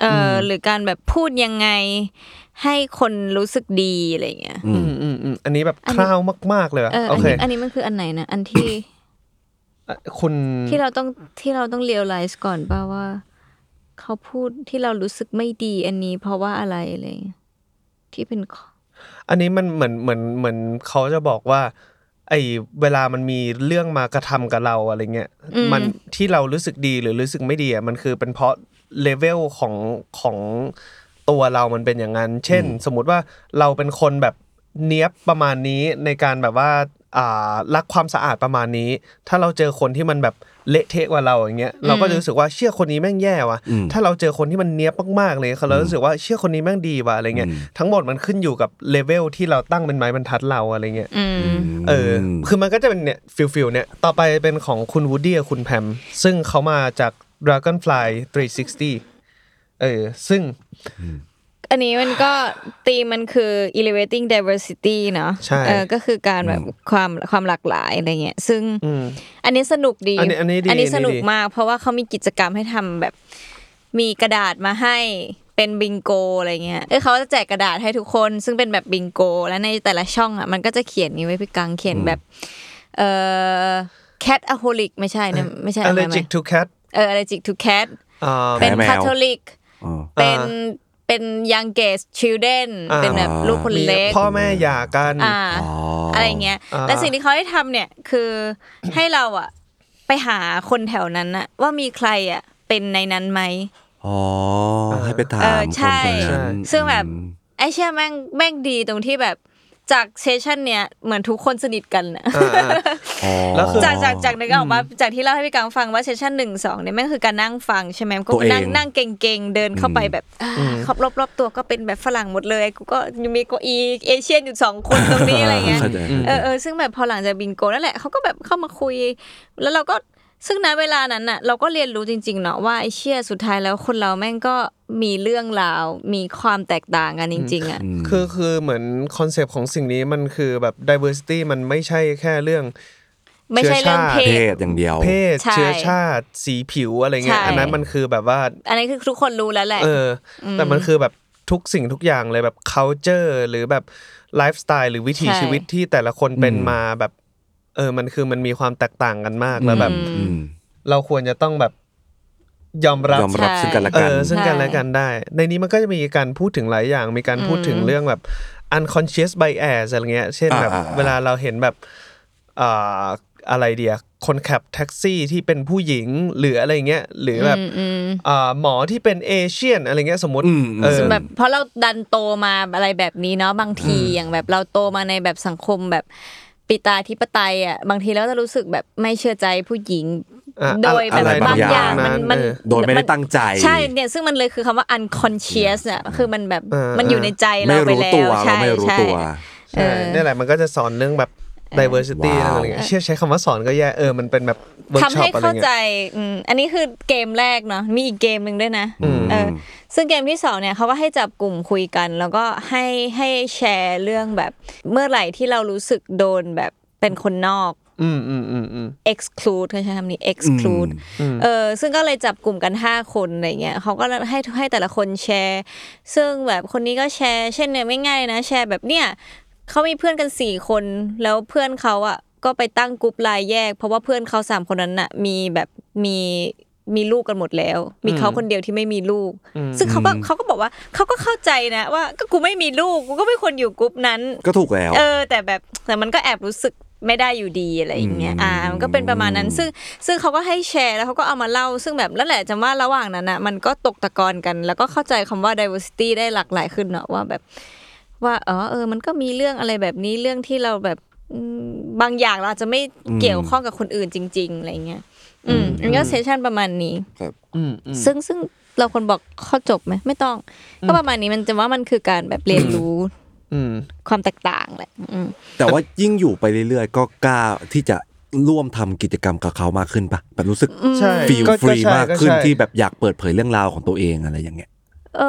Speaker 2: เอออหรือการแบบพูดยังไงให้คนรู้สึกดีอะไรเงี้ย
Speaker 3: อืมอืมอืมอันนี้แบบคร่าวมาก ๆ เลยอะ
Speaker 2: เออ
Speaker 3: โอ
Speaker 2: อัน
Speaker 3: เค
Speaker 2: นี้อันนี้มันคืออันไหนนะ อันที่
Speaker 3: อ่ะคุณ
Speaker 2: ที่เราต้องที่เราต้องเรียลไลซ์ก่อนป่าว่า เขาพูดที่เรารู้สึกไม่ดีอันนี้ เพราะว่าอะไรอะไรอย่างเงี้ยที่เป็นข้อ
Speaker 3: อันนี้มันเหมือนเหมือนเหมือนเขาจะบอกว่า ไอเวลามันมีเรื่องมากระทำกับเราอะไรเงี้ยมันที่เรารู้สึกดีหรือรู้สึกไม่ดีอะมันคือเป็นเพราะเลเวลของของตัวเรามันเป็นอย่างนั้น เช่น สมมุติว่าเราเป็นคนแบบเนี้ยบประมาณนี้ในการแบบว่าอ่ารักความสะอาดประมาณนี้ ถ้าเราเจอคนที่มันแบบเละเทะกว่าเราอย่างเงี้ยเราก็จะรู้สึกว่าเชื่อคนนี้แม่งแย่ว่ะ
Speaker 4: อืม
Speaker 3: ถ้าเราเจอคนที่มันเนี้ยบมากๆเลยเขาเรารู้สึกว่าเชื่อคนนี้แม่งดีว่ะอะไรเงี้ยทั้งหมดมันขึ้นอยู่กับเลเวลที่เราตั้งเป็นไม้บรรทัดเราอะไรเงี้ย
Speaker 2: อืม
Speaker 3: เอออคือมันก็จะเป็นเนี่ยฟิลฟิลเนี่ย ต่อไปเป็นของคุณวูดดี้กับคุณแพม ซึ่งเขามาจาก Dragonfly 360 เออ ซึ่ง
Speaker 2: อันนี้มันก็ตีมมันคือ elevating diversity เนาะ
Speaker 3: ใช่
Speaker 2: เออก็คือการแบบความความหลากหลายอะไรเงี้ยซึ่งอันนี้สนุกดี
Speaker 3: อันนี้อันนี้ดี
Speaker 2: อันนี้สนุก
Speaker 3: ดี
Speaker 2: มาก เพราะว่าเขามีกิจกรรมให้ทำแบบมีกระดาษมาให้เป็นบิงโกอะไรเงี้ยเอยเขาจะแจกกระดาษให้ทุกคน ซึ่งเป็นแบบบิงโก แล้วในแต่ละช่องอ่ะมันก็จะเขียนนี้ไว้พี่กังเขียนแบบเอ่อ cat aholic ไม่ใช่นะไม่ใช่อะไรไหม
Speaker 3: Allergic to cat
Speaker 2: เออ allergic to cat
Speaker 3: อ่า
Speaker 2: เป็น
Speaker 4: แพ้แมว
Speaker 2: catholic
Speaker 4: อ๋อ
Speaker 2: เป็น เป็นยังเกสชิลเดน
Speaker 3: อ่า
Speaker 2: เป็นแบบลูกคน
Speaker 3: มี
Speaker 2: เล็ก
Speaker 3: พ่อแม่หย่ากัน
Speaker 2: อ่า
Speaker 4: อ๋ออ
Speaker 2: อะไรเงี้ย
Speaker 3: อ่า
Speaker 2: และสิ่งที่เขาให้ทำเนี่ยคือ ให้เราอะไปหาคนแถวนั้นอะว่ามีใครอะเป็นในนั้นไหม
Speaker 4: อ๋อให้ไปถาม
Speaker 2: เอ
Speaker 4: ค
Speaker 2: อน ใช่
Speaker 4: คน
Speaker 3: ใช่
Speaker 4: นั้น
Speaker 2: ซึ่งแบบ
Speaker 4: อืม
Speaker 2: ไอ้เชี่ยแม่งแม่งดีตรงที่แบบจากเซสชันเนี่ยเหมือนทุกคนสนิทกันนะ
Speaker 3: อ่าอ่า
Speaker 4: อ๋อ
Speaker 3: แล้วคือ
Speaker 2: จากจากจากนึกออกมาจากที่เล่าให้พี่กังฟังว่าเซสชันหนึ่งสองเนี่ยแม่งคือการนั่งฟังใช่ไหมก็
Speaker 4: ตัวเอง
Speaker 2: นั่งนั่งเก่งๆ เดินเข้าไปแบบขอบรอบรอบๆตัวก็เป็นแบบฝรั่งหมดเลยกูก็ยังมีเกาอีเอเชียนอยู่สองคนตรงนี้อะไรเงี้ย
Speaker 4: เข้าใจ
Speaker 2: เออเออซึ่งแบบพอหลังจากบิงโกนั่นแหละเขาก็แบบเข้ามาคุย แล้วเราก็ซึ่งณเวลานั้นน่ะ เราก็เรียนรู้จริง ๆ เนาะว่าไอ้เชี่ยสุดท้ายแล้วคนเราแม่งก็มีเรื่องราว มีความแตกต่างกันจริง ๆอ่ะ
Speaker 4: อืม
Speaker 3: คือคือเหมือนคอนเซปต์ของสิ่งนี้มันคือแบบ diversity มันไม่ใช่แค่เรื่อง
Speaker 2: ไม่ใช่เรื่องเพ
Speaker 4: เพ
Speaker 2: ศ
Speaker 4: ศอย่างเดียว
Speaker 3: เพศ
Speaker 2: ใช่
Speaker 3: เชื้อชาติสีผิวอะไรเงี้ย
Speaker 2: ใช่
Speaker 3: อันนั้นมันคือแบบว่า
Speaker 2: อันนี้คือทุกคนรู้แล้วแหละ
Speaker 3: เอออแต่มันคือแบบทุกสิ่งทุกอย่างเลยแบบ culture หรือแบบไลฟ์สไตล์หรือวิถี
Speaker 2: ใช่
Speaker 3: ชีวิตที่แต่ละคนเป็น
Speaker 4: อืม
Speaker 3: มาแบบ เออมันคือมันมีความแตกต่างกันมากแล้วแบบ
Speaker 4: อืม
Speaker 3: เราควรจะต้องแบบยอมรับ
Speaker 4: ยอมรับ
Speaker 2: ใช่
Speaker 4: ซึ่งกันและ
Speaker 3: เอ
Speaker 4: กัน
Speaker 3: อซึ่งกัน
Speaker 2: ใช่
Speaker 3: และกันได้ ในนี้มันก็จะมีการพูดถึงหลายอย่าง มีการพูดถึงเรื่องแบบ unconscious bias อะไรเงี้ย เช่นแบบ
Speaker 4: อ่าอ่า
Speaker 3: เวลาเราเห็นแบบอ่าอะไรเดียคนขับแท็กซี่ที่เป็นผู้หญิงหรืออะไรเงี้ย หรือแบบอ่าหมอที่เป็นเอเชียนอะไรเงี้ยสมมติ
Speaker 4: อืม
Speaker 3: เออ
Speaker 2: แบบ เพราะเราดันโตมาอะไรแบบนี้เนาะบางทีอย่างแบบเราโตมาในแบบสังคมแบบปิตาธิปไตยอ่ะบางทีแล้วจะรู้สึกแบบไม่เชื่อใจผู้หญิง
Speaker 3: อ่ะ
Speaker 2: โดยแบบ
Speaker 3: อะไร
Speaker 2: บางอย่าง
Speaker 3: บางอ
Speaker 2: มั
Speaker 3: ย่าง
Speaker 2: น
Speaker 3: นั้น
Speaker 2: มัน
Speaker 3: เออ
Speaker 4: โดยไม่ได้ตั้งใจ
Speaker 2: ใช่เนี่ยซึ่งมันเลยคือคำว่า unconscious เนี่ยคือมันแบบ
Speaker 3: เออ
Speaker 2: มันอยู่ในใจเรา
Speaker 4: ไม่
Speaker 2: ไป
Speaker 4: รู้
Speaker 2: แล้ว
Speaker 4: ตัวเรา
Speaker 2: ใช่
Speaker 4: ไม่รู้
Speaker 2: ใช่
Speaker 4: ตัว
Speaker 2: เอ
Speaker 3: ใช่
Speaker 2: อ
Speaker 3: นี่แหละมันก็จะสอนเรื่องแบบ diversity
Speaker 4: ว้าว
Speaker 3: อะไรเงี้ยเชื่อใช้คำว่าสอนก็แย่เออมันเป็นแบบ
Speaker 2: ทำ
Speaker 3: workshop
Speaker 2: ให้
Speaker 3: อะไร
Speaker 2: เข้าใจ
Speaker 3: เงี้ย
Speaker 2: อืมอันนี้คือเกมแรกเนาะมีอีกเกมหนึ่งด้วยนะเออซึ่งเกมที่สองเนี่ยเขาก็ให้จับกลุ่มคุยกัน แล้วก็ให้ให้แชร์เรื่องแบบเมื่อไหร่ที่เรารู้สึกโดนแบบเป็นคนนอก
Speaker 3: อืมอืมอืมอืม
Speaker 2: exclude เขาใช้คำนี้ exclude เออซึ่งก็เลยจับกลุ่มกัน 5 คนอะไรเงี้ยเขาก็ให้ให้แต่ละคนแชร์ ซึ่งแบบคนนี้ก็แชร์เช่นเนี่ยง่ายๆนะ แชร์แบบเนี่ยเขามีเพื่อนกัน 4 คนแล้วเพื่อนเขาอ่ะก็ไปตั้งกลุ่มไลน์แยก เพราะว่าเพื่อนเขา3คนนั้นน่ะมีแบบมีมีลูกกันหมดแล้ว มีเขาคนเดียวที่ไม่มีลูก ซึ่งเขาก็เขาก็บอกว่าเขาก็เข้าใจนะว่าก็กูไม่มีลูกกูก็ไม่ควรอยู่กลุ่มนั้น
Speaker 4: ก็ถูกแล้ว
Speaker 2: เออแต่แบบแต่มันก็แอบรู้สึกไม่ได้อยู่ดีอะไรอย่างเงี้ย
Speaker 4: อืม
Speaker 2: อ่ามันก็เป็นประมาณนั้นซึ่งซึ่งเขาก็ให้แชร์แล้วเขาก็เอามาเล่า ซึ่งแบบนั่นแหละจำว่าระหว่างนั้นน่ะมันก็ตกตะกอนกัน แล้วก็เข้าใจคำว่า diversity ได้หลากหลายขึ้นเนาะว่าแบบ ว่าเออเออมันก็มีเรื่องอะไรแบบนี้เรื่องที่เราแบบอืมบางอย่างเราอาจจะไม่เกี่ยวข้องกับคนอื่นจริง ๆอะไรเงี้ยอืมอันนก็เซสชันประมาณนี้
Speaker 3: อืมอืม
Speaker 2: ซึ่งซึ่งเราควรบอกข้อจบไหมไม่ต้อง ก็ประมาณนี้มันจะว่ามันคือการแบบเรียนรู้
Speaker 3: อืม
Speaker 2: ความแตกต่างแหละอืม
Speaker 4: แต่ว่ายิ่งอยู่ไปเรื่อยๆ ก็กล้าที่จะร่วมทำกิจกรรมกับเขามากขึ้นปะแบบรู้สึก
Speaker 3: ใช่
Speaker 4: ฟีล
Speaker 3: ก็
Speaker 4: ฟรี
Speaker 3: ก็ใช่
Speaker 4: มากขึ้น
Speaker 3: ก็ใช่
Speaker 4: ที่แบบอยากเปิดเผยเรื่องราวของตัวเองอะไรอย่างเงี้ย
Speaker 2: เอ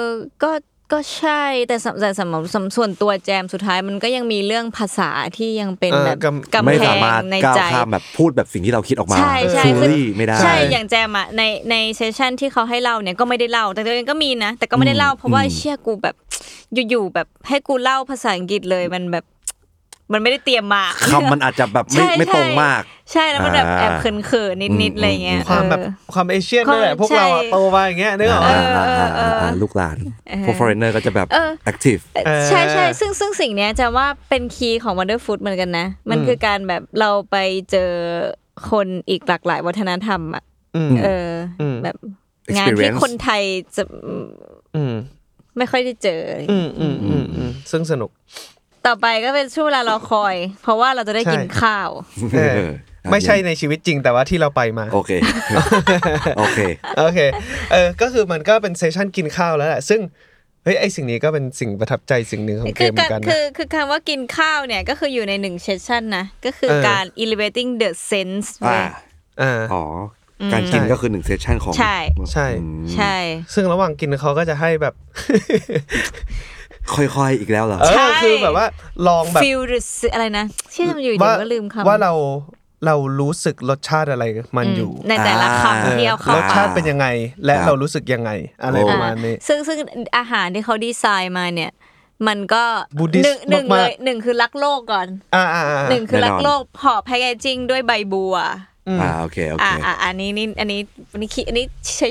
Speaker 2: อก็ก็ใช่แต่สำแต่สำหรับสำส่วนตัวแจมสุดท้ายมันก็ยังมีเรื่องภาษาที่ยังเป็น
Speaker 3: เออ
Speaker 2: แบบ
Speaker 3: กำ
Speaker 2: กำ
Speaker 4: ไม่
Speaker 2: แพ
Speaker 4: สาง มารถ
Speaker 2: ใน
Speaker 4: ก้าว
Speaker 2: ใจ
Speaker 4: ข้ามแบบพูดแบบสิ่งที่เราคิดออกมา
Speaker 2: ใช่ใช่
Speaker 4: ซู
Speaker 2: คือ
Speaker 4: รี่ไม่ได้
Speaker 2: ใช่อย่างแจมอ่ะในในเซสชันที่เขาให้เล่าเนี่ยก็ไม่ได้เล่าแต่ตัวเองก็มีนะ แต่ก็ไม่ได้เล่าเพราะว่าเชี่ยกูแบบอยู่ๆแบบให้กูเล่าภาษาอังกฤษเลยมันแบบ มันไม่ได้เตรียมมา
Speaker 4: คำมันอาจจะแบบไม่
Speaker 2: ใช่
Speaker 4: ไม่ตรง
Speaker 2: ใช่
Speaker 4: มาก
Speaker 2: ใช่แล้วมันแบบ
Speaker 4: อ่า
Speaker 2: แอบเขินๆนิด
Speaker 4: อืม
Speaker 2: ๆอะไรเงี้ย
Speaker 3: ความแบบ
Speaker 2: เออ
Speaker 3: ความเอเชียน
Speaker 2: ความ
Speaker 3: นี่นแหละพวกเราอะ
Speaker 2: ใช่
Speaker 3: โตมาอย่างเงี้ยนึกออกปะ
Speaker 4: อ่าอ่าอ่าอ่าลูกหลาน พวก foreigner ก็จะแบบ
Speaker 2: เออ
Speaker 4: active
Speaker 3: เออ
Speaker 2: ใช่ใช่ซึ่งซึ่งสิ่งเนี้ยจะว่าเป็นคีย์ของ Wonder Food เหมือนกันนะ มันคือการแบบเราไปเจอคนอีกหลากหลายวัฒนธรรมอ่ะ
Speaker 3: อืม
Speaker 2: เอออ
Speaker 3: ม
Speaker 2: แบบงานที่
Speaker 4: Experience
Speaker 2: คนไทยจะ
Speaker 3: อืม
Speaker 2: ไม่ค่อยได้เจอ
Speaker 3: อืมอืมอืมอืมซึ่งสนุก
Speaker 2: ต่อไปก็เป็นช่วงเวลารอคอย เพราะว่าเราจะได้กิน
Speaker 3: ใช่
Speaker 2: ข้าว
Speaker 3: เออไม่ใช่ในชีวิตจริงแต่ว่าที่เราไปมา
Speaker 4: โอเค โอเค
Speaker 3: โอเค เออ ก็คือมันก็เป็นเซสชันกินข้าวแล้วแหละ ซึ่ง เฮ้ย ไอสิ่งนี้ก็เป็นสิ่งประทับใจสิ่งหนึ่งของเก
Speaker 2: คือ
Speaker 3: มเหมือน
Speaker 2: กา
Speaker 3: กั
Speaker 2: ร
Speaker 3: น
Speaker 2: คื
Speaker 3: นะ
Speaker 2: อคือคำว่ากินข้าวเนี่ยก็คืออยู่ในหนึ่งเซสชันนะ ก็คือ
Speaker 3: เออ
Speaker 2: การ elevating the sense เว้
Speaker 4: อ่าย
Speaker 3: อ่า
Speaker 4: อ๋อ การกิน
Speaker 3: ใช่
Speaker 4: ก็คือหนึ่งเซสชันของ
Speaker 2: ใช่
Speaker 3: ใช่
Speaker 4: อืม
Speaker 2: ใช่
Speaker 3: ซึ่งระหว่างกินเขาก็จะให้แบบ
Speaker 4: ค่อยๆอีกแล้วเหรอ
Speaker 3: เอ
Speaker 2: ใช่
Speaker 3: อ คือแบบว่าลองแบบ
Speaker 2: feel the se- อะไรนะเชื่อมันอยู่ดี
Speaker 3: ว่า
Speaker 2: ก็ลืมคำ
Speaker 3: ว่าเราเรารู้สึกรสชาติอะไรมันอยู่
Speaker 2: ในแต่ละ
Speaker 4: อ่า
Speaker 2: คำที่เอา
Speaker 3: ร
Speaker 2: เข้า
Speaker 3: ส
Speaker 2: ไป
Speaker 3: ชาติเป็นยังไง และเรารู้สึกยังไง อะไร
Speaker 4: โอ้
Speaker 3: ประมาณนี้
Speaker 2: ซึ่งซึ่งอาหารที่เขาดีไซน์มาเนี่ย มันก็
Speaker 3: Buddhist
Speaker 2: หนึ่งหนึ่ง
Speaker 3: มา
Speaker 2: เล
Speaker 3: กๆ
Speaker 2: ยหนึ่งคือรักโลกก่อน
Speaker 3: อ่าอ่าอ่า
Speaker 2: หนึ่งคือรัก
Speaker 4: แน่นอน
Speaker 2: โลกห่อแพคเกจิ้งด้วยใบบัว
Speaker 3: อืม
Speaker 4: อ่าโอเคโอเค
Speaker 2: อ่าอ่าอันนี้นี่อันนี้อันนี้คิดอันนี้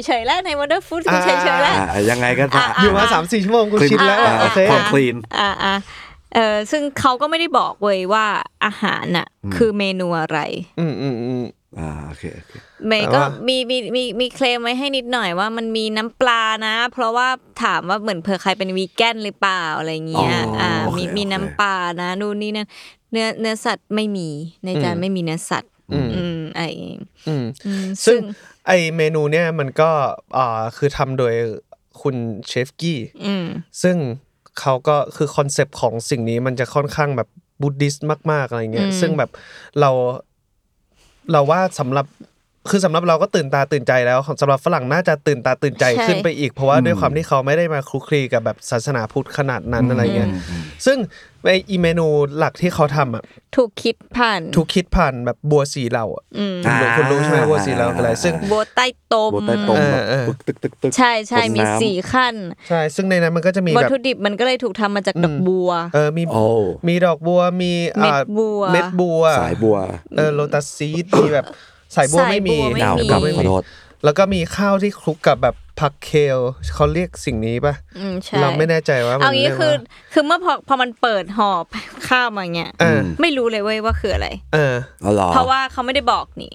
Speaker 2: เฉยๆแล้วในวอเตอร์ฟู้ดคือเฉยๆแล้ว
Speaker 4: อ่ายังไงก็จะ
Speaker 3: อยู่มาสามสี่ชั่วโมงกู
Speaker 4: คลิป
Speaker 3: ชินแล้วอะ
Speaker 2: อ่า
Speaker 3: โอเค
Speaker 4: พอคลีน
Speaker 2: อ่าอ่าเออซึ่งเขาก็ไม่ได้บอกเว้ยว่าอาหารน่ะ
Speaker 4: อืม
Speaker 2: คือเมนูอะไร
Speaker 3: อืมอืมอืม
Speaker 4: อ่าโอเคโอเค
Speaker 2: เมย์
Speaker 3: แต่
Speaker 2: ก็
Speaker 3: ว่า
Speaker 2: มีมีมีมีเคลมไว้ให้นิดหน่อยว่ามันมีน้ำปลานะ เพราะว่าถามว่าเหมือนเผื่อใครเป็นวีแกนหรือเปล่าอะไรเงี้ย
Speaker 4: อ๋ออ่
Speaker 2: อ่า
Speaker 4: โอเค
Speaker 2: มี
Speaker 4: โอเค
Speaker 2: มีน้ำปลานะนู่นนี่นั่นเนื้อเนื้อสัตว์ไม่มีในจานไม่มีเนื้อสัตว์
Speaker 3: อืม
Speaker 2: อืมไออย่างงี้
Speaker 3: อืม
Speaker 2: อืม
Speaker 3: ซึ่
Speaker 2: ซึ่
Speaker 3: ง
Speaker 2: ง
Speaker 3: ไอเมนูเนี่ยมันก็อ่าคือทำโดยคุณเชฟกี้
Speaker 2: อืม
Speaker 3: ซึ่งเขาก็คือคอนเซปต์ของสิ่งนี้มันจะค่อนข้างแบบบูดิสต์มาก ๆ อะไรเงี้ย
Speaker 2: อืม
Speaker 3: ซึ่งแบบเราเราว่าสำหรับคือสำหรับเราก็ตื่นตาตื่นใจแล้วสำหรับฝรั่งน่าจะตื่นตาตื่นใจขึ้นไปอีก เพราะว่าด้วยความที่เขาไม่ได้มาคลุกคลีกับแบบศาสนาพุทธขนาดนั้นอะไรเงี้ยซึ่งไออีเมนูหลักที่เขาทำอ่ะ
Speaker 2: ถูกคิดผ่าน
Speaker 3: ถูกคิดผ่านแบบบัวสีเหล่าอะ
Speaker 2: อืม
Speaker 4: อ่า
Speaker 3: คุณรู้ใช่ไหมบัวสีเหล่าคืออะไรซึ่ง
Speaker 2: โบใต้ตม
Speaker 4: โบใต้ตม
Speaker 3: เอ
Speaker 4: แบ
Speaker 3: อเออ
Speaker 4: บตึกตึกตึก
Speaker 2: ใช่ใช่มี
Speaker 4: บนน้ำ
Speaker 2: สี่ขั้น
Speaker 3: ใช่ซึ่งในนั้นมันก็จะมี
Speaker 2: วัต
Speaker 3: แบบ
Speaker 2: ถุดิบมันก็เลยถูกทำมาจากดอกบัว
Speaker 3: เออมี
Speaker 4: โอ้
Speaker 3: มีดอกบัวมีอ่า
Speaker 2: เม็ดบัว
Speaker 3: เม็ดบัว
Speaker 4: สายบัว
Speaker 3: เออโลตัสซีดมีแบบ สายบัวไม่มี
Speaker 2: สายบัวไม่มี
Speaker 3: แล้วก็
Speaker 4: เก่ากลับ
Speaker 3: ไม่
Speaker 4: ขอ
Speaker 3: มี
Speaker 4: โทษ
Speaker 3: แล้วก็มีข้าวที่คลุกกับแบบผักเคลเขาเรียกสิ่งนี้ปะ
Speaker 2: อืมใช่
Speaker 3: เราไม่แน่ใจว่ามัน
Speaker 2: เอางี้
Speaker 3: รียก
Speaker 2: คือ
Speaker 3: ว่า
Speaker 2: คือเมื่อพอพอมันเปิดห่อ ข้าวมาเงี้ย
Speaker 3: เออ
Speaker 2: ไม่รู้เลยเว้ยว่าคืออะไร
Speaker 3: เออ
Speaker 4: อ๋อเหรอ
Speaker 2: เพราะว่าเขาไม่ได้บอกนี่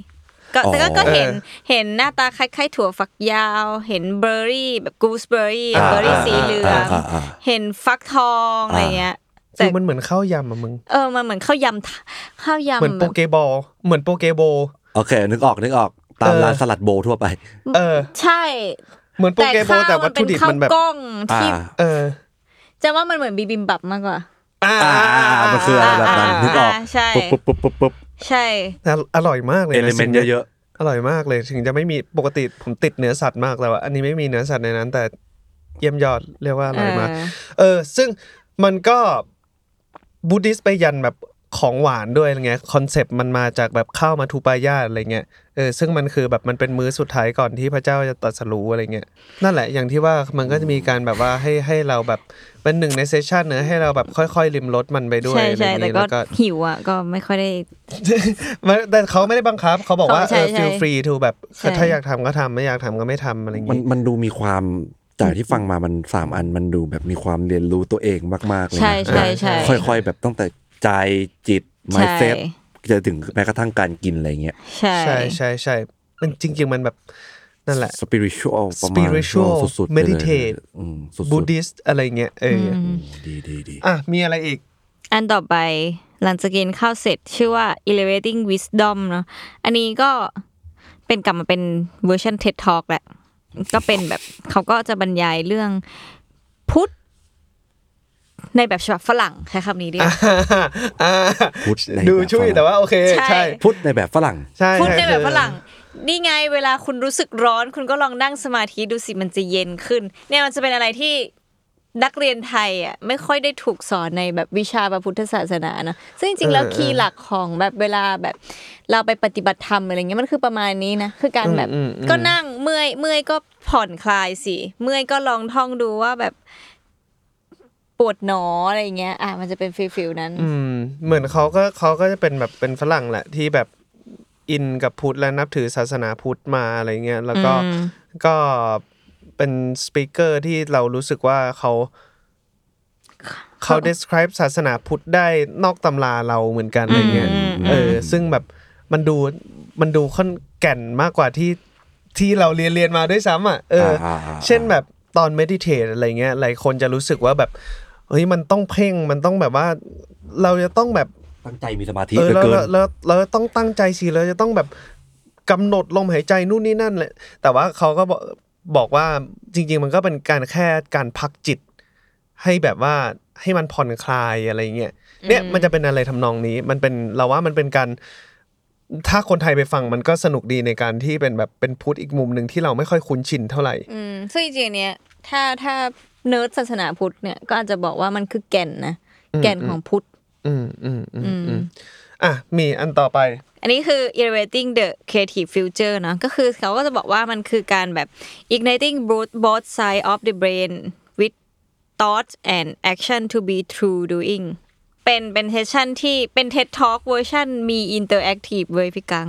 Speaker 2: ก็
Speaker 4: อ๋อ
Speaker 2: แต่ก็ก็เห็น
Speaker 3: เออ
Speaker 2: เห็นหน้าตาคล้ายๆถั่วฝักยาว เห็นเบอร์รี่แบบกูสเบอร์รี่เบอร์รี่
Speaker 3: อ่า
Speaker 2: สีเหลือง
Speaker 4: อ่าอ่า
Speaker 2: เห็นฟักทองอะไรเงี้ย แต่
Speaker 3: คือมันเหมือนข้าวยำอะมึง
Speaker 2: เออมันเหมือนข้าวยำทะข้าวยำ
Speaker 3: เหมือนโปเกบอลเหมือนโปเกโบ
Speaker 4: โอเค นึกออก นึกออก ตามร้านสลัดโบว์ทั่วไป
Speaker 3: เออ
Speaker 2: ใช่
Speaker 3: เหมือนโป
Speaker 2: แต่
Speaker 3: เกโบ
Speaker 2: ข้าว
Speaker 3: แต่วั
Speaker 2: มั
Speaker 3: ต
Speaker 2: น
Speaker 3: ถุ
Speaker 2: เป็น
Speaker 3: ดิบ
Speaker 2: ข้าว
Speaker 3: มั
Speaker 2: น
Speaker 3: แบบ
Speaker 2: กล้อง
Speaker 4: อ่า
Speaker 2: ที่
Speaker 3: เออ
Speaker 2: จะว่ามันเหมือนบีบิมบับมากกว่า
Speaker 3: อ่า
Speaker 4: อ่าอ่ามันคืออะไรแบบนั้น นึกออก
Speaker 2: ใช่
Speaker 4: ปุ๊บปุ๊บปุ๊บปุ๊บปุ๊บ
Speaker 2: ใช่
Speaker 3: แต่อร่อยมากเลย
Speaker 4: เอลิเมนต์เยอะ
Speaker 3: ๆอร่อยมากเลยถึงจะไม่มีปกติผมติดเนื้อสัตว์มากแล้วอะอันนี้ไม่มีเนื้อสัตว์ในนั้น แต่เยี่ยมยอดเรียกว่าอร่อยมาก
Speaker 2: เออ
Speaker 3: เออซึ่งมันก็บูดิสไปยันแบบของหวานด้วยอะไรเงี้ยคอนเซปต์มันมาจากแบบข้าวมาทูปายาอะไรเงี้ยเออซึ่งมันคือแบบมันเป็นมื้อสุดท้ายก่อนที่พระเจ้าจะตรัสรู้อะไรเงี้ยนั่นแหละอย่างที่ว่ามันก็จะมีการแบบว่าให้ให้เราแบบเป็นหนึ่งในเซสชันเนอะให้เราแบบค่อยๆริมรสมันไปด้วย
Speaker 2: ใช่
Speaker 3: อะไร
Speaker 2: ใช่
Speaker 3: อย่าง
Speaker 2: แต่
Speaker 3: งี้
Speaker 2: ก็
Speaker 3: แล้วก็
Speaker 2: หิวอ่ะก็ไม่ค่อยได้
Speaker 3: มันแต่เขาไม่ได้บังคับ เขาบอกว่า
Speaker 2: เขาใช่
Speaker 3: เออ
Speaker 2: ใช่
Speaker 3: feel free to แบบ
Speaker 2: ใช่
Speaker 3: ถ้าอยากทำก็ทำไม่อยากทำก็ไม่ทำอะไรอย่าง
Speaker 4: มัน
Speaker 3: งี้
Speaker 4: มันดูมีความจากที่ฟังมามันสามอันมันดูแบบมีความเรียนรู้ตัวเองมากๆเลยนะ
Speaker 2: ใช่ใช่ใช่
Speaker 4: ค่อยๆ แบบตั้งแต่ใจจิตไมเซ็ตจะถึงแม้กระทั่งการกินอะไรเงี้ย
Speaker 2: ใช่
Speaker 3: ใช่ใช่ใช่มันจริง ๆ มันแบบนั่นแหละ
Speaker 4: สปิริชวลประมาณ
Speaker 3: Spiritual
Speaker 4: สุดๆไปเลย
Speaker 3: meditate
Speaker 4: อืมสุด
Speaker 3: บูดิสอะไรเงี้ยเอออ
Speaker 4: อืมดีดีดี
Speaker 3: อ่ะมีอะไรอีก
Speaker 2: อันต่อไปหลังจากกินข้าวเสร็จชื่อว่า elevating wisdom เนอะอันนี้ก็เป็นกลับมาเป็นเวอร์ชัน TED Talk แหละ ก็เป็นแบบเขาก็จะบรรยายเรื่องพุทธในแบบฉบับฝรั่งใช้คำนี้ดีกว่า
Speaker 3: อ่า
Speaker 4: พุทธใน
Speaker 3: ดู
Speaker 4: แบบ
Speaker 3: ช่วย
Speaker 4: ฝรั่ง
Speaker 3: แต่ว่าโอเค
Speaker 2: ใช่
Speaker 3: ใช่
Speaker 4: พุทธในแบบฝรั่ง
Speaker 3: ใช่
Speaker 2: พูดในแบบ
Speaker 3: คือ
Speaker 2: ฝรั่งนี่ไงเวลาคุณรู้สึกร้อน คุณก็ลองนั่งสมาธิดูสิมันจะเย็นขึ้น เนี่ยมันจะเป็นอะไรที่นักเรียนไทยอ่ะไม่ค่อยได้ถูกสอนในแบบวิชาพระพุทธศาสนาเนอะซึ่งจริงๆแล้วคีย์หลักของแบบเวลาแบบเราไปปฏิบัติธรรมอะไรเงี้ยมันคือประมาณนี้นะคือการแบบก็นั่งเมื่อยเมื่อยก็ผ่อนคลายสิเมื่อยก็ลองท่องดูว่าแบบปวดหนออะไรเงี้ยอ่ะมันจะเป็นฟิลฟิลนั้น
Speaker 3: อืมเหมือนเขาก็เขาก็จะเป็นแบบเป็นฝรั่งแหละที่แบบอินกับพุทธและนับถือศาสนาพุทธมาอะไรเงี้ยแล้วก็
Speaker 2: อืม
Speaker 3: ก็เป็นสปีกเกอร์ที่เรารู้สึกว่าเขาเขา describe ศาสนาพุทธได้นอกตำราเราเหมือนกันอะไรเงี้ยเออซึ่งแบบมันดูมันดูค่อนแก่นมากกว่าที่ที่เราเรียนเรียนมาด้วยซ้ำอ่ะเออ
Speaker 4: อ่าอ่าอ่า
Speaker 3: เช่นแบบตอนเมดิเทตอะไรเงี้ยหลายคนจะรู้สึกว่าแบบเฮ้ยมันต้องเพ่งมันต้องแบบว่า เราจะต้องแบบ
Speaker 4: ตั้งใจมีสมาธิ
Speaker 3: เออเรา
Speaker 4: เหลือเกิน
Speaker 3: เราเราเราต้องตั้งใจสิเราจะต้องแบบกำหนดลมหายใจนู่นนี่นั่นเลยแต่ว่าเขาก็บอกบอกว่าจริง ๆ มันก็เป็นการแค่การพักจิต ให้แบบว่าให้มันผ่อนคลายอะไรเงี้ยเนี่ยมันจะเป็นอะไรทำนองนี้ มันเป็นเราว่ามันเป็นการ ถ้าคนไทยไปฟังมันก็สนุกดีในการที่เป็นแบบเป็นพุทธอีกมุมหนึ่งที่เราไม่ค่อยคุ้นชินเท่าไหร่
Speaker 2: อืมซึ่งจริงๆเนี่ยถ้าถ้าเนิร์ดศาสนาพุทธเนี่ยก็อาจจะบอกว่ามันคือแก่นนะแก่นของพุทธ
Speaker 3: อืมอืมอืมอืมอ่ะมีอันต่อไป
Speaker 2: อันนี้คือ elevating the creative future เนอะก็คือเขาก็จะบอกว่ามันคือการแบบ igniting both both side of the brain with thought and action to be true doing เป็นเป็นเทสชั่นที่เป็นเท็ดทอล์กเวอร์ชันมีอินเตอร์แอคทีฟเว้ยพี่กัง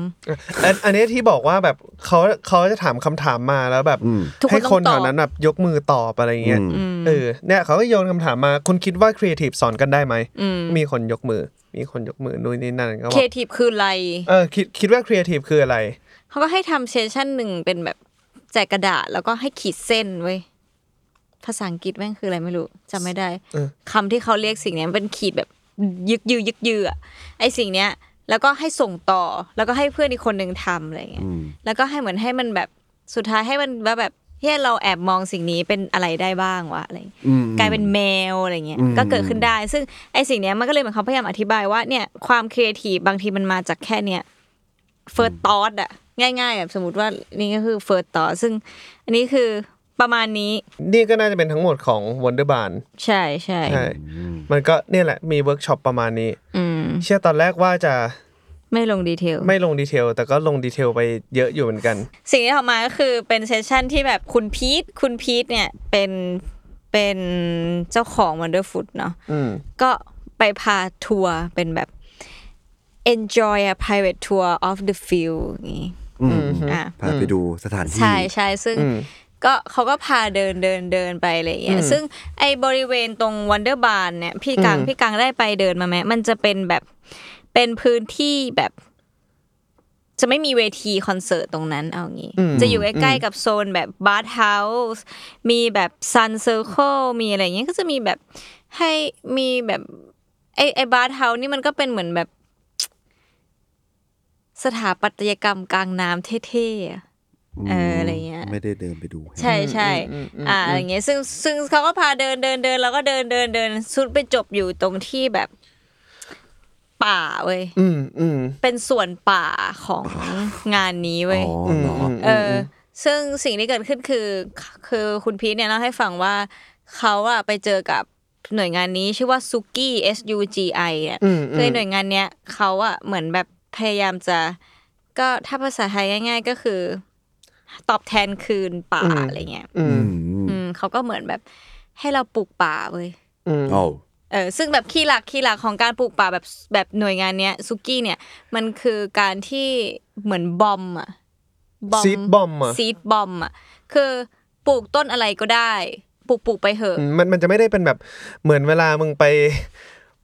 Speaker 3: อันอันนี้ที่บอกว่าแบบเขาเขาจะถามคำถามมาแล้วแบบ
Speaker 4: อืม
Speaker 2: ทุกคน
Speaker 3: ให้คน
Speaker 2: ต้องตอบ
Speaker 3: แถวนั้นแบบยกมือตอบอะไรเงี้ย
Speaker 4: อืม
Speaker 3: เออเนี่ยเขาก็โยนคำถามมาคุณคิดว่าครีเอทีฟสอนกันได้ไหม
Speaker 2: อืม
Speaker 3: มีคนยกมือ มีคนยกมือนู่นนี่นั่นก็
Speaker 2: เค
Speaker 3: บอก
Speaker 2: ทีฟคืออะไร
Speaker 3: เออคิดคิดว่าครีเอทีฟคืออะไร
Speaker 2: เขาก็ให้ทำเซสชั่นหนึ่งเป็นแบบแจกกระดาษแล้วก็ให้ขีดเส้นเว้ยภาษาอังกฤษแม่งคืออะไรไม่รู้จำไม่ได้
Speaker 3: เออ
Speaker 2: คำที่เขาเรียกสิ่งเนี้ยมันเป็นขีดแบบยึกยือยึกยืออะไอสิ่งเนี้ย แล้วก็ให้ส่งต่อแล้วก็ให้เพื่อนอีกคนหนึ่งทำอะไรเงี้ย
Speaker 4: อืม
Speaker 2: แล้วก็ให้เหมือนให้มันแบบสุดท้ายให้มันว่าแบบเฮ้ยเราแอบมองสิ่งนี้เป็นอะไรได้บ้างวะอะไรเงี้ย
Speaker 4: อืม
Speaker 2: กลายเป็นแมวอะไรเงี้ย
Speaker 4: อืม
Speaker 2: ก็เกิดขึ้นได้ ซึ่งไอสิ่งเนี้ยมันก็เลยเหมือนเขาพยายามอธิบายว่าเนี่ยความครีเอทีฟบางทีมันมาจากแค่เนี้ย เฟิร์สตอสอะง่ายๆแบบสมมติว่านี่ก็คือเฟิร์สตอสซึ่งอันนี้คือประมาณนี้
Speaker 3: นี่ก็น่าจะเป็นทั้งหมดของ Wonder Bar
Speaker 2: ใช่ใช่
Speaker 3: ใช่มันก็เนี่ยแหละมีเวิร์กช็อปประมาณนี้
Speaker 2: อืม
Speaker 3: เชื่อตอนแรกว่าจะ
Speaker 2: ไม่ลงดีเทล
Speaker 3: ไม่ลงดีเทล แต่ก็ลงดีเทลไปเยอะอยู่เหมือนกัน
Speaker 2: สิ่งที่ออกมาก็คือเป็นเซสชั่นที่แบบคุณพีทคุณพีทเนี่ยเป็นเป็นเจ้าของ Wonderfood เนาะ
Speaker 3: อืม
Speaker 2: ก็ไปพาทัวร์เป็นแบบ enjoy a private tour of the field อย่างงี้
Speaker 4: อืม
Speaker 2: อ่ะ
Speaker 4: พาไปดูสถานที่
Speaker 2: ใช่ใช่ซึ่ง
Speaker 3: อืม
Speaker 2: ก็เขาก็พาเดินเดินเดินไปอะไรอย่างเงี้ย ซึ่งไอ้บริเวณตรงวันเดอร์บาร์เนี่ยพี่กัง
Speaker 3: อืม
Speaker 2: พี่กังได้ไปเดินมาไหมมันจะเป็นแบบเป็นพื้นที่แบบ จะไม่มีเวทีคอนเสิร์ตตรงนั้นเอางี้ จะอยู่ใกล้ๆกับโซนแบบบาร์เฮาส์มีแบบซันเซอร์เคิลมีอะไรอย่างเงี้ยก็จะมีแบบให้มีแบบไอ้ไอ้บาร์เฮาส์นี่มันก็เป็นเหมือนแบบ สถาปัตยกรรมกลางน้ำเท่ๆอะ
Speaker 4: ม
Speaker 2: เอออะไรเงี้ย
Speaker 4: ไม่ได้เดินไปดู
Speaker 2: ใช่ใช่อ่าอะไรเงี้ยซึ่งซึ่งเขาก็พาเดินเดินเดินแล้วก็เดินเดินเดินสุดไปจบอยู่ตรงที่แบบป่าเว้ย
Speaker 3: อืมอืม
Speaker 2: เป็นส่วนป่าของงานนี้
Speaker 4: อ๋
Speaker 2: เว้ย
Speaker 4: อเหรออ
Speaker 2: เอออซึ่งสิ่งที่เกิดขึ้นคือ คือคุณพีทเนี่ยเล่าให้ฟังว่าเขาอะไปเจอกับหน่วยงานนี้ชื่อว่าซูกี้ S U G I เนี่ย
Speaker 3: อืมอืม
Speaker 2: คือหน่วยงานเนี้ยเขาอะเหมือนแบบพยายามจะ ก็ถ้าภาษาไทยง่าย ๆ ก็คือ ตอบแทนคืนป่าอะไรเงี้ย
Speaker 3: อื
Speaker 4: อื
Speaker 3: ม
Speaker 4: ม
Speaker 2: อืมเขาก็เหมือนแบบให้เราปลูกป่าเว้ย
Speaker 3: อืม
Speaker 4: เอ้า
Speaker 2: เออซึ่งแบบคีย์หลักคีย์หลักของการปลูกป่าแบบแบบหน่วยงานเนี้ยซุกี้เนี่ยมันคือการที่เหมือนบอมอะ
Speaker 3: Seed bomb อะ
Speaker 2: ซีดบอมอะคือปลูกต้นอะไรก็ได้ ปลูกปลูกไปเหอะ
Speaker 3: อืมมันมันจะไม่ได้เป็นแบบเหมือนเวลามึงไป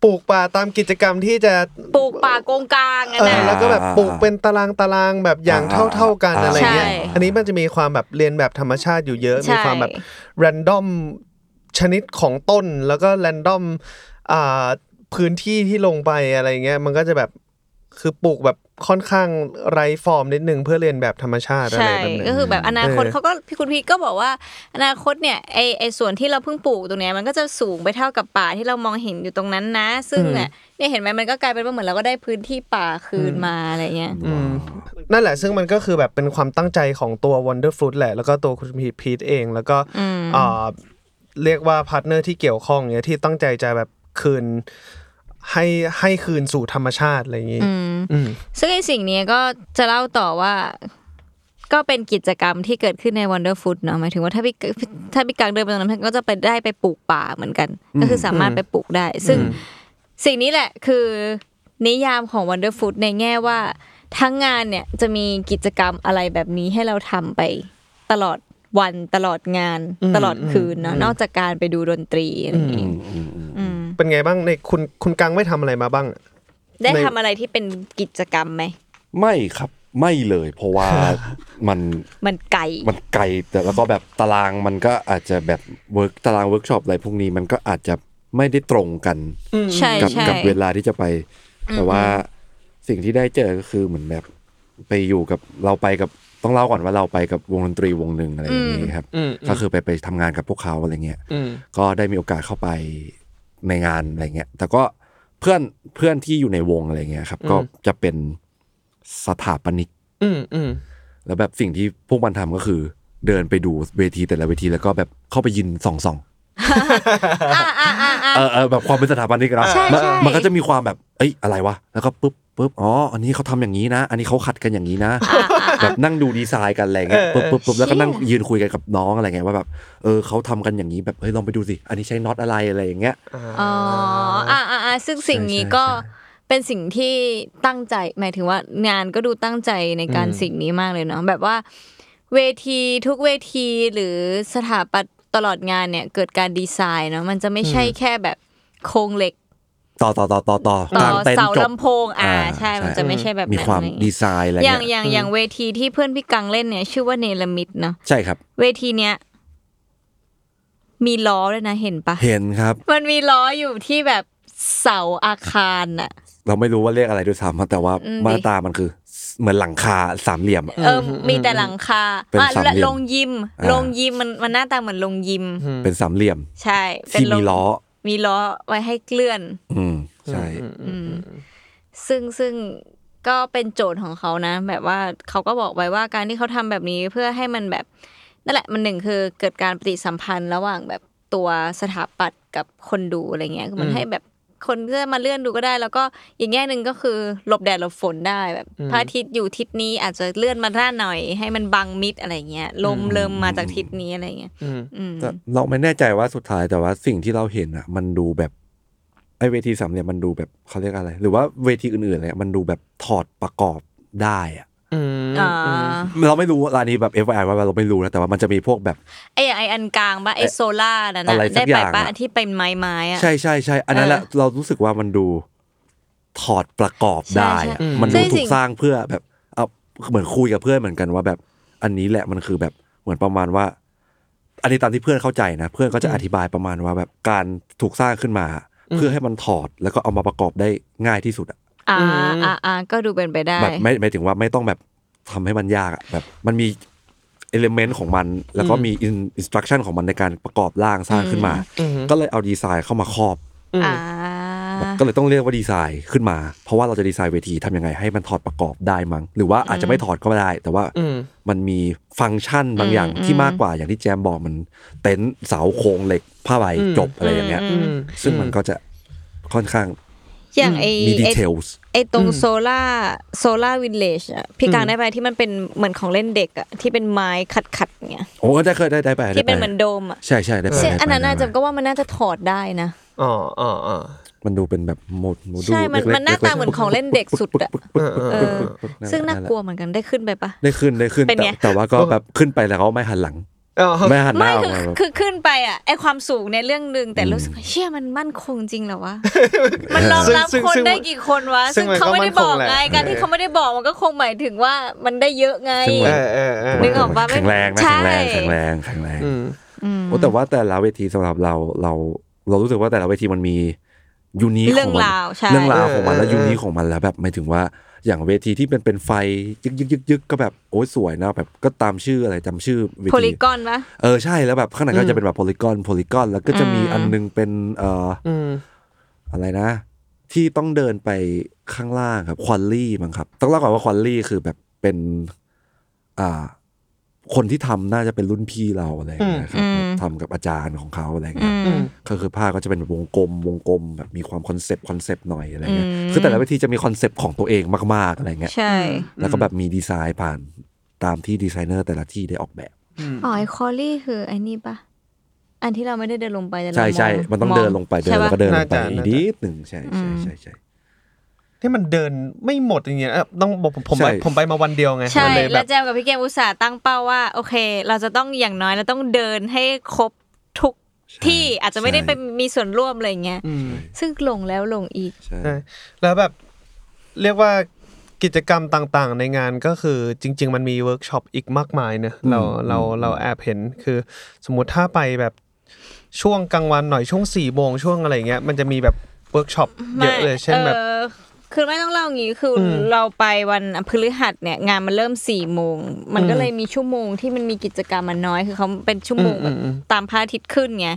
Speaker 3: ปลูกป่าตามกิจกรรมที่จะ
Speaker 2: ปลูกป่าโกงกางอะ
Speaker 3: เอ
Speaker 2: นะ
Speaker 3: อแล้วก็แบบปลูกเป็นตารางตารางแบบอย่างเท่าเท่าๆกันอะไรเงี้ย
Speaker 2: ใช่
Speaker 3: อันนี้มันจะมีความแบบเรียนแบบธรรมชาติอยู่เยอะ มี
Speaker 2: ใช่
Speaker 3: ความแบบ แรนดอมชนิดของต้นแล้วก็แรนดอมอ่าพื้นที่ที่ลงไปอะไรเงี้ยมันก็จะแบบคือปลูกแบบค่อนข้างไรฟอร์มนิดนึงเพื่อเรียนแบบธรรมชาติอะไร
Speaker 2: ใช่
Speaker 3: แบบนี้
Speaker 2: ก็คือแบบอนาคต
Speaker 3: เออ
Speaker 2: เขาก็พี่คุณพีทก็บอกว่าอนาคตเนี่ยไอไอส่วนที่เราเพิ่งปลูกตรงเนี้ยมันก็จะสูงไปเท่ากับป่าที่เรามองเห็นอยู่ตรงนั้นนะ ซึ่งเนี่ยเนี่ยเห็นไหมมันก็กลายเป็นว่าเหมือนเราก็ได้พื้นที่ป่าคืนมาอะไรเงี้ย
Speaker 3: อืมนั่นแหละซึ่งมันก็คือแบบเป็นความตั้งใจของตัว Wonder Fruit แหละ แล้วก็ตัวคุณพีพีทเองแล้วก็อ่าเรียกว่าพาร์ทเนอร์ที่เกี่ยวข้องเนี่ยที่ตั้งใจจะแบบคืนให้ให้คืนสู่ธรรมชาติอะไรอย่างงี้อืม
Speaker 2: ซึ่งไอสิ่งนี้ก็จะเล่าต่อว่าก็เป็นกิจกรรมที่เกิดขึ้นใน Wonder Food เนาะหมายถึงว่าถ้าพี่ถ้าพี่กังเดินไปตรงนั้นมันก็จะไปได้ไปปลูกป่าเหมือนกัน ก็คือสามารถไปปลูกได้ ซึ่งสิ่งนี้แหละคือนิยามของ Wonder Food ในแง่ว่า ทั้งงานเนี่ยจะมีกิจกรรมอะไรแบบนี้ให้เราทำไปตลอดวันตลอดงานตลอดคืนเนาะนอกจากการไปดูดนตรีอะไรอย่างงี้อืม
Speaker 3: เป็นไงบ้างในคุณคุณกังไม่ทำอะไรมาบ้าง
Speaker 2: ได้
Speaker 3: ใน
Speaker 2: ทำอะไรที่เป็นกิจกรรมไหม
Speaker 4: ไม่ครับไม่เลย เพราะ ว่ามัน
Speaker 2: มันไก่
Speaker 4: มันไกลแต่แล้วก็แบบตารางมันก็อาจจะแบบเวิร์กตารางเวิร์กช็อปอะไรพวกนี้มันก็อาจจะไม่ได้ตรงกัน
Speaker 2: ใช่
Speaker 4: กับ
Speaker 2: ใช่
Speaker 4: กับเวลาที่จะไป แต่ว่าสิ่งที่ได้เจอก็คือเหมือนแบบไปอยู่กับเราไปกับต้องเล่าก่อนว่าเราไปกับวงดนตรีวงหนึ่งอะไรอย่างนี้ครับ ก็คือไปไปทำงานกับพวกเขาอะไรเงี้ยก็ได้มีโอกาสเข้าไปในงานอะไรเงี้ยแต่ก็เพื่อนเพื่อนที่อยู่ในวงอะไรเงี้ยครับ ก็จะเป็นสถาปนิก
Speaker 3: อืมอืม
Speaker 4: แล้วแบบสิ่งที่พวกมันทำก็คือเดินไปดูเวทีแต่ละเวทีแล้วก็แบบเข้าไปยืนส่องส่องๆ
Speaker 2: อ่าอ่าอ่า
Speaker 4: เออเออแบบความเป็นสถาบันนี่กัน
Speaker 2: ใช่
Speaker 4: มัน
Speaker 2: ใช่
Speaker 4: มันก็จะ มีความแบบ เอ้ยอะไรวะ แล้วก็ปุ๊บปุ๊บอ๋อ อันนี้เขาทำอย่างนี้นะ อันนี้เขาขัดกันอย่างนี้นะ แบบนั่งดูดีไซน์กันอะไรเงี้ย
Speaker 3: เออเอ
Speaker 4: ปุ๊บ
Speaker 3: อ
Speaker 4: ปุ๊บปุ๊บแล้วก็นั่งยืนคุยกันกับน้องอะไรเงี้ยว่าแบบเออเขาทำกันอย่างนี้แบบเฮ้ยลองไปดูสิอันนี้ใช้น็อตอะไรอะไรอย่างเงี้ย
Speaker 2: อ๋ออ่าอ่าซึ่งสิ่งนี้
Speaker 4: ใช่
Speaker 2: ก็
Speaker 4: ใช่
Speaker 2: เป็นสิ่งที่ตั้งใจ หมายถึงว่างานก็ดูตั้งใจในการ
Speaker 3: อืม
Speaker 2: สิ่งนี้มากเลยเนาะแบบว่า เวทีทุกเวทีหรือสถาปัตย์ตลอดงานเนี่ยเกิดการดีไซน์เนาะมันจะไม่ใช่แค่แบบโครงเหล็ก
Speaker 4: ต่อต่อต่อต่อต่อ
Speaker 2: ต่
Speaker 4: กลา
Speaker 2: อง
Speaker 4: เต็นท์
Speaker 2: เสา
Speaker 4: จบ
Speaker 2: ลำโพงอ่า
Speaker 4: อ่า
Speaker 2: ใช่มัน
Speaker 4: ใช่
Speaker 2: จะไม่ใช่แบบ
Speaker 4: มี
Speaker 2: นั้น
Speaker 4: ความ
Speaker 2: อะไรอย่าง
Speaker 4: ดี
Speaker 2: เงี้ย
Speaker 4: ไซน์อะไร
Speaker 2: อย่างอ
Speaker 4: เงี้ย
Speaker 2: ย่างอย่างเวทีที่เพื่อนพี่กังเล่นเนี่ย ชื่อว่าเนลมิดเนาะ
Speaker 4: ใช่ครับ
Speaker 2: เวทีเนี้ยมีล้อด้วยนะเห็นปะ
Speaker 4: เห็นครับ
Speaker 2: มันมีล้ออยู่ที่แบบเสาอาคารน่ะ
Speaker 4: เราไม่รู้ว่าเรียกอะไรด้วยซ้ำแต่ว่า
Speaker 2: อืม
Speaker 4: มาตรามันคือ เหมือนหลังคาสามเหลี่ยมอะ
Speaker 2: เออ มีแต่หลังคา
Speaker 4: เป็น
Speaker 2: อ่ะ
Speaker 4: สามเหลี่ยม
Speaker 2: ลงยิม
Speaker 4: อ่า
Speaker 2: ลงยิมมันมันหน้าตาเหมือนลงยิม
Speaker 4: เป็นสามเหลี่ยม
Speaker 2: ใช่เป็น
Speaker 4: ที่
Speaker 2: ล
Speaker 4: มี
Speaker 2: ง
Speaker 4: ล้อ
Speaker 2: มีล้อไว้ให้เกลื่อน
Speaker 4: อืมใช่
Speaker 2: อืม ซึ่งซึ่งก็เป็นโจทย์ของเขานะ แบบว่าเขาก็บอกไว้ว่าการที่เขาทำแบบนี้เพื่อให้มันแบบนั่นแหละมันหนึ่งคือเกิดการปฏิสัมพันธ์ระหว่างแบบตัวสถาปัตย์กับคนดูอะไรเงี้ยคือมันให้แบบคนเพื่อมาเลื่อนดูก็ได้ แล้วก็อีกแง่หนึ่งก็คือหลบแดดหลบฝนได้แบบพระอาทิตย์อยู่ทิศนี้อาจจะเลื่อนมาด้านหน่อย ให้มันบังมิดอะไรเงี้ยลมเริ่มมาจากทิศนี้อะไรเงี้ยอืม
Speaker 4: แต่เราไม่แน่ใจว่าสุดท้ายแต่ว่าสิ่งที่เราเห็นอ่ะ มันดูแบบไอเวทีสามเหลี่ยมมันดูแบบเขาเรียกอะไร หรือว่าเวทีอื่นๆเลยมันดูแบบถอดประกอบได้อ่ะ
Speaker 2: อ่า
Speaker 4: เราไม่รู้ร้านนี้แบบ f อ i ว่าเราไม่รู้นะแต่ว่ามันจะมีพวกแบบ
Speaker 2: ไอ้ไอ้อันกลางปะไอ้โซล่านั่นน่ะ
Speaker 4: อะไรสั
Speaker 2: ได้
Speaker 4: กอ
Speaker 2: ไป
Speaker 4: ย่าง
Speaker 2: ปะ
Speaker 4: อะ
Speaker 2: ที่เป็นไม้ไม้ๆอะ
Speaker 4: ใช่ใช่ใช่อันนั้นแหละเรารู้สึกว่ามันดูถอดประกอบได้อะ
Speaker 2: ใช่ใช่
Speaker 4: มันดู
Speaker 2: ซึ่ง
Speaker 4: ถู
Speaker 2: สิ่
Speaker 4: ก
Speaker 2: ง
Speaker 4: สร้างเพื่อแบบเอาเหมือนคุยกับเพื่อนเหมือนกันว่าแบบอันนี้แหละมันคือแบบเหมือนประมาณว่า อันนี้ตามที่เพื่อนเข้าใจนะ เพื่อนก็จะอธิบายประมาณว่าแบบการถูกสร้างขึ้นมา เพื่อให้มันถอดแล้วก็เอามาประกอบได้ง่ายที่สุดอะ
Speaker 2: อ่าอ่าอ่าก็ดูเป็นไปได้
Speaker 4: แบบไม่ไม่ถึงว่าไม่ต้องแบบทำให้มันยากอะแบบมันมีเอลเมนต์ของมัน แล้วก็มีอินสตรักชั่นของมันในการประกอบร่างสร้างขึ้นมา ก็เลยเอาดีไซน์เข้ามาครอบ
Speaker 2: อ่า
Speaker 4: ก็เลยต้องเรียกว่าดีไซน์ขึ้นมา เพราะว่าเราจะดีไซน์เวทีทำยังไงให้มันถอดประกอบได้มั้งหรือว่าอาจจะไม่ถอดก็ได้ แต่ว่ามันมีฟังก์ชันบางอย่างที่มากกว่าอย่างที่แจมบอกมันเต็นท์เสาโครงเหล็กผ้าใบจบอะไรอย่างเงี้ย ซึ่งมันก็จะค่อนข้าง
Speaker 2: อย่างไอ
Speaker 4: มีดี
Speaker 2: ไอ้
Speaker 4: เทลส์
Speaker 2: ไอตรงโซล่าโซล่าวิลเลจอะพี่กางได้ไปที่มันเป็นเหมือนของเล่นเด็กอะที่เป็นไม้ขัดขัดๆเงี้ย
Speaker 4: โอ้ได้เคยได้ได้ไปได้
Speaker 2: ที่
Speaker 4: ไป
Speaker 2: เป็นเหมือนโดมอะ
Speaker 4: ใช่ใช่ได้ไป
Speaker 2: ซึ่ง
Speaker 4: ได้ไป
Speaker 2: อันนั้นน่า
Speaker 4: ได้
Speaker 2: จะ
Speaker 4: ไป
Speaker 2: ก็ว่ามันน่าจะถอดได้นะ
Speaker 3: อ๋ออ๋ออ๋อ
Speaker 4: มันดูเป็นแบบโมดโมดู
Speaker 2: ใช่มัน
Speaker 4: ล็กๆ
Speaker 2: มันหน้าตาเหมือนของเล่นเด็กสุดอะ
Speaker 3: เออเออ
Speaker 2: เอ
Speaker 3: เอ
Speaker 2: อ
Speaker 3: อ
Speaker 2: ซึ่งน่ากลัวเหมือนกันได้ขึ้นไปปะ
Speaker 4: ได้ขึ้นได้ขึ้น
Speaker 2: เป็น
Speaker 4: แต่
Speaker 2: ไง
Speaker 4: แต่ว่าก็แบบขึ้นไปแล้วก็ไม่หันหลัง
Speaker 3: อ๋อ
Speaker 4: ไม่หันห
Speaker 2: ไม่
Speaker 4: น้าอ
Speaker 2: คือ
Speaker 4: อกมาแบบ
Speaker 2: คือขึ้นไปอะไอความสูงในยเรื่องหนึ่งแต่รู้สึกว่าเชื่อมันมั่นคงจริงเหรอวะ มันรองรับ
Speaker 3: ซึ่ง
Speaker 2: คน
Speaker 3: ซึ่ง
Speaker 2: ได้กี่คนวะ
Speaker 3: ซึ่
Speaker 2: ซึ่ง
Speaker 3: งมัน
Speaker 2: เขาไม่ได้บอก
Speaker 3: ก็มั่นคงแหละ
Speaker 2: ไงการที่
Speaker 3: เออ
Speaker 2: เขาไม่ได้บอกมันก็คงหมายถึงว่ามันได้เยอะไง
Speaker 4: ซึ่งมั
Speaker 3: เออเออเออ
Speaker 2: นึกออกปะ
Speaker 4: แข็งแรงนะ
Speaker 2: ใช่
Speaker 4: แข็งแรงแข็งแรงแข็งแรง
Speaker 3: อืม
Speaker 4: โอ้แต่ว่าแต่ละเวทีสำหรับเราเราเรารู้สึกว่าแต่ละเวทีมันมียูนิ
Speaker 2: เรื่องราวใช่
Speaker 4: เรื่องราวของมัน
Speaker 3: เออ
Speaker 4: แล้ว
Speaker 3: เออ
Speaker 4: ยูนิของมันแล้วแบบหมายถึงว่าอย่างเวทีที่เป็นเป็นไฟยึกยึกยึกยึกก็แบบโอ้ยสวยนะแบบก็ตามชื่ออะไรจำชื่อเว
Speaker 2: โพ
Speaker 4: ที
Speaker 2: ลีกอนปะ
Speaker 4: เออใช่แล้วแบบข้างในก็จะเป็นแบบโพลีกอนโพลีกอนแล้วก็จะมี
Speaker 2: อืม
Speaker 4: อันนึงเป็นเอ่อ
Speaker 3: อืม
Speaker 4: อะไรนะ ที่ต้องเดินไปข้างล่างครับควอลลี่มั้งครับ ต้องเล่าก่อนว่าควอลลี่คือแบบเป็น อ่า คนที่ทำน่าจะเป็นรุ่นพี่เราอะไรอย่างเงี้ยครับ
Speaker 2: อืม
Speaker 4: ทำกับอาจารย์ของเขาอะไร
Speaker 2: อื
Speaker 4: เงี้ย
Speaker 2: ม
Speaker 4: ก็คือผ้าก็จะเป็นแบบวงกลมวงกลมแบบมีความคอนเซปต์คอนเซปต์หน่อยอะไรเงี้ย
Speaker 2: อืม
Speaker 4: คือแต่ละเวทีจะมีคอนเซปต์ของตัวเองมาก ๆอะไรเงี้ย
Speaker 2: ใช่
Speaker 4: แล้วก็แบบมีดีไซน์ผ่านตามที่ดีไซเนอร์แต่ละที่ได้ออกแบบ
Speaker 2: อ๋อไอคอลลี่คือไอ้นี่ปะอันที่เราไม่ได้เดินลงไปแต่เรา
Speaker 4: ใช่ใช่
Speaker 2: อง
Speaker 4: มันต้องเดินลงไปเดิน
Speaker 2: ใช่
Speaker 4: แล้
Speaker 2: ปะ
Speaker 4: วก็เดินลงไป
Speaker 3: น่าจะ
Speaker 4: อีก
Speaker 3: น่าจะ
Speaker 4: นิดหนึ่งใช่ใช่ใช่ใช่
Speaker 3: ที่มันเดินไม่หมดอย่างเงี้ยเอ้าต้องบอกผมผม
Speaker 4: ใช่
Speaker 3: ไปผมไปมาวันเดียวไง
Speaker 2: ใช่
Speaker 3: มันเลยแบ
Speaker 2: แล้ว
Speaker 3: บ
Speaker 2: แจมกับพี่เกมอุตส่าห์ตั้งเป้าว่า โอเค เราจะต้องอย่างน้อยเราต้องเดินให้ครบทุกที่อาจจะไม่ได้ไปมีส่วนร่วมอะไรอย่างเงี้ยซึ่งลงแล้วลงอีก
Speaker 4: ใช่
Speaker 3: ใช่แล้วแบบเรียกว่ากิจกรรมต่างๆ ในงานก็คือจริง ๆ มันมีเวิร์กช็อปอีกมากมายเนอะเราเราเราแอบเห็นคือ สมมติถ้าไปแบบช่วงกลางวันหน่อยช่วง4ี่โมงช่วงอะไรเงี้ยมันจะมีแบบเวิร์กช็อปเยอะเลย เช่นแบบ
Speaker 2: ออคือไม่ต้องเล่าอย่างนี้คืออเราไปวันพฤหัสเนี่ยงานมันเริ่มสี่โมงมันก็เลยมีชั่วโมงที่มันมีกิจกรรมมันน้อยคือเขาเป็นชั่วโมงแบบตามพระอาทิตย์ขึ้นไง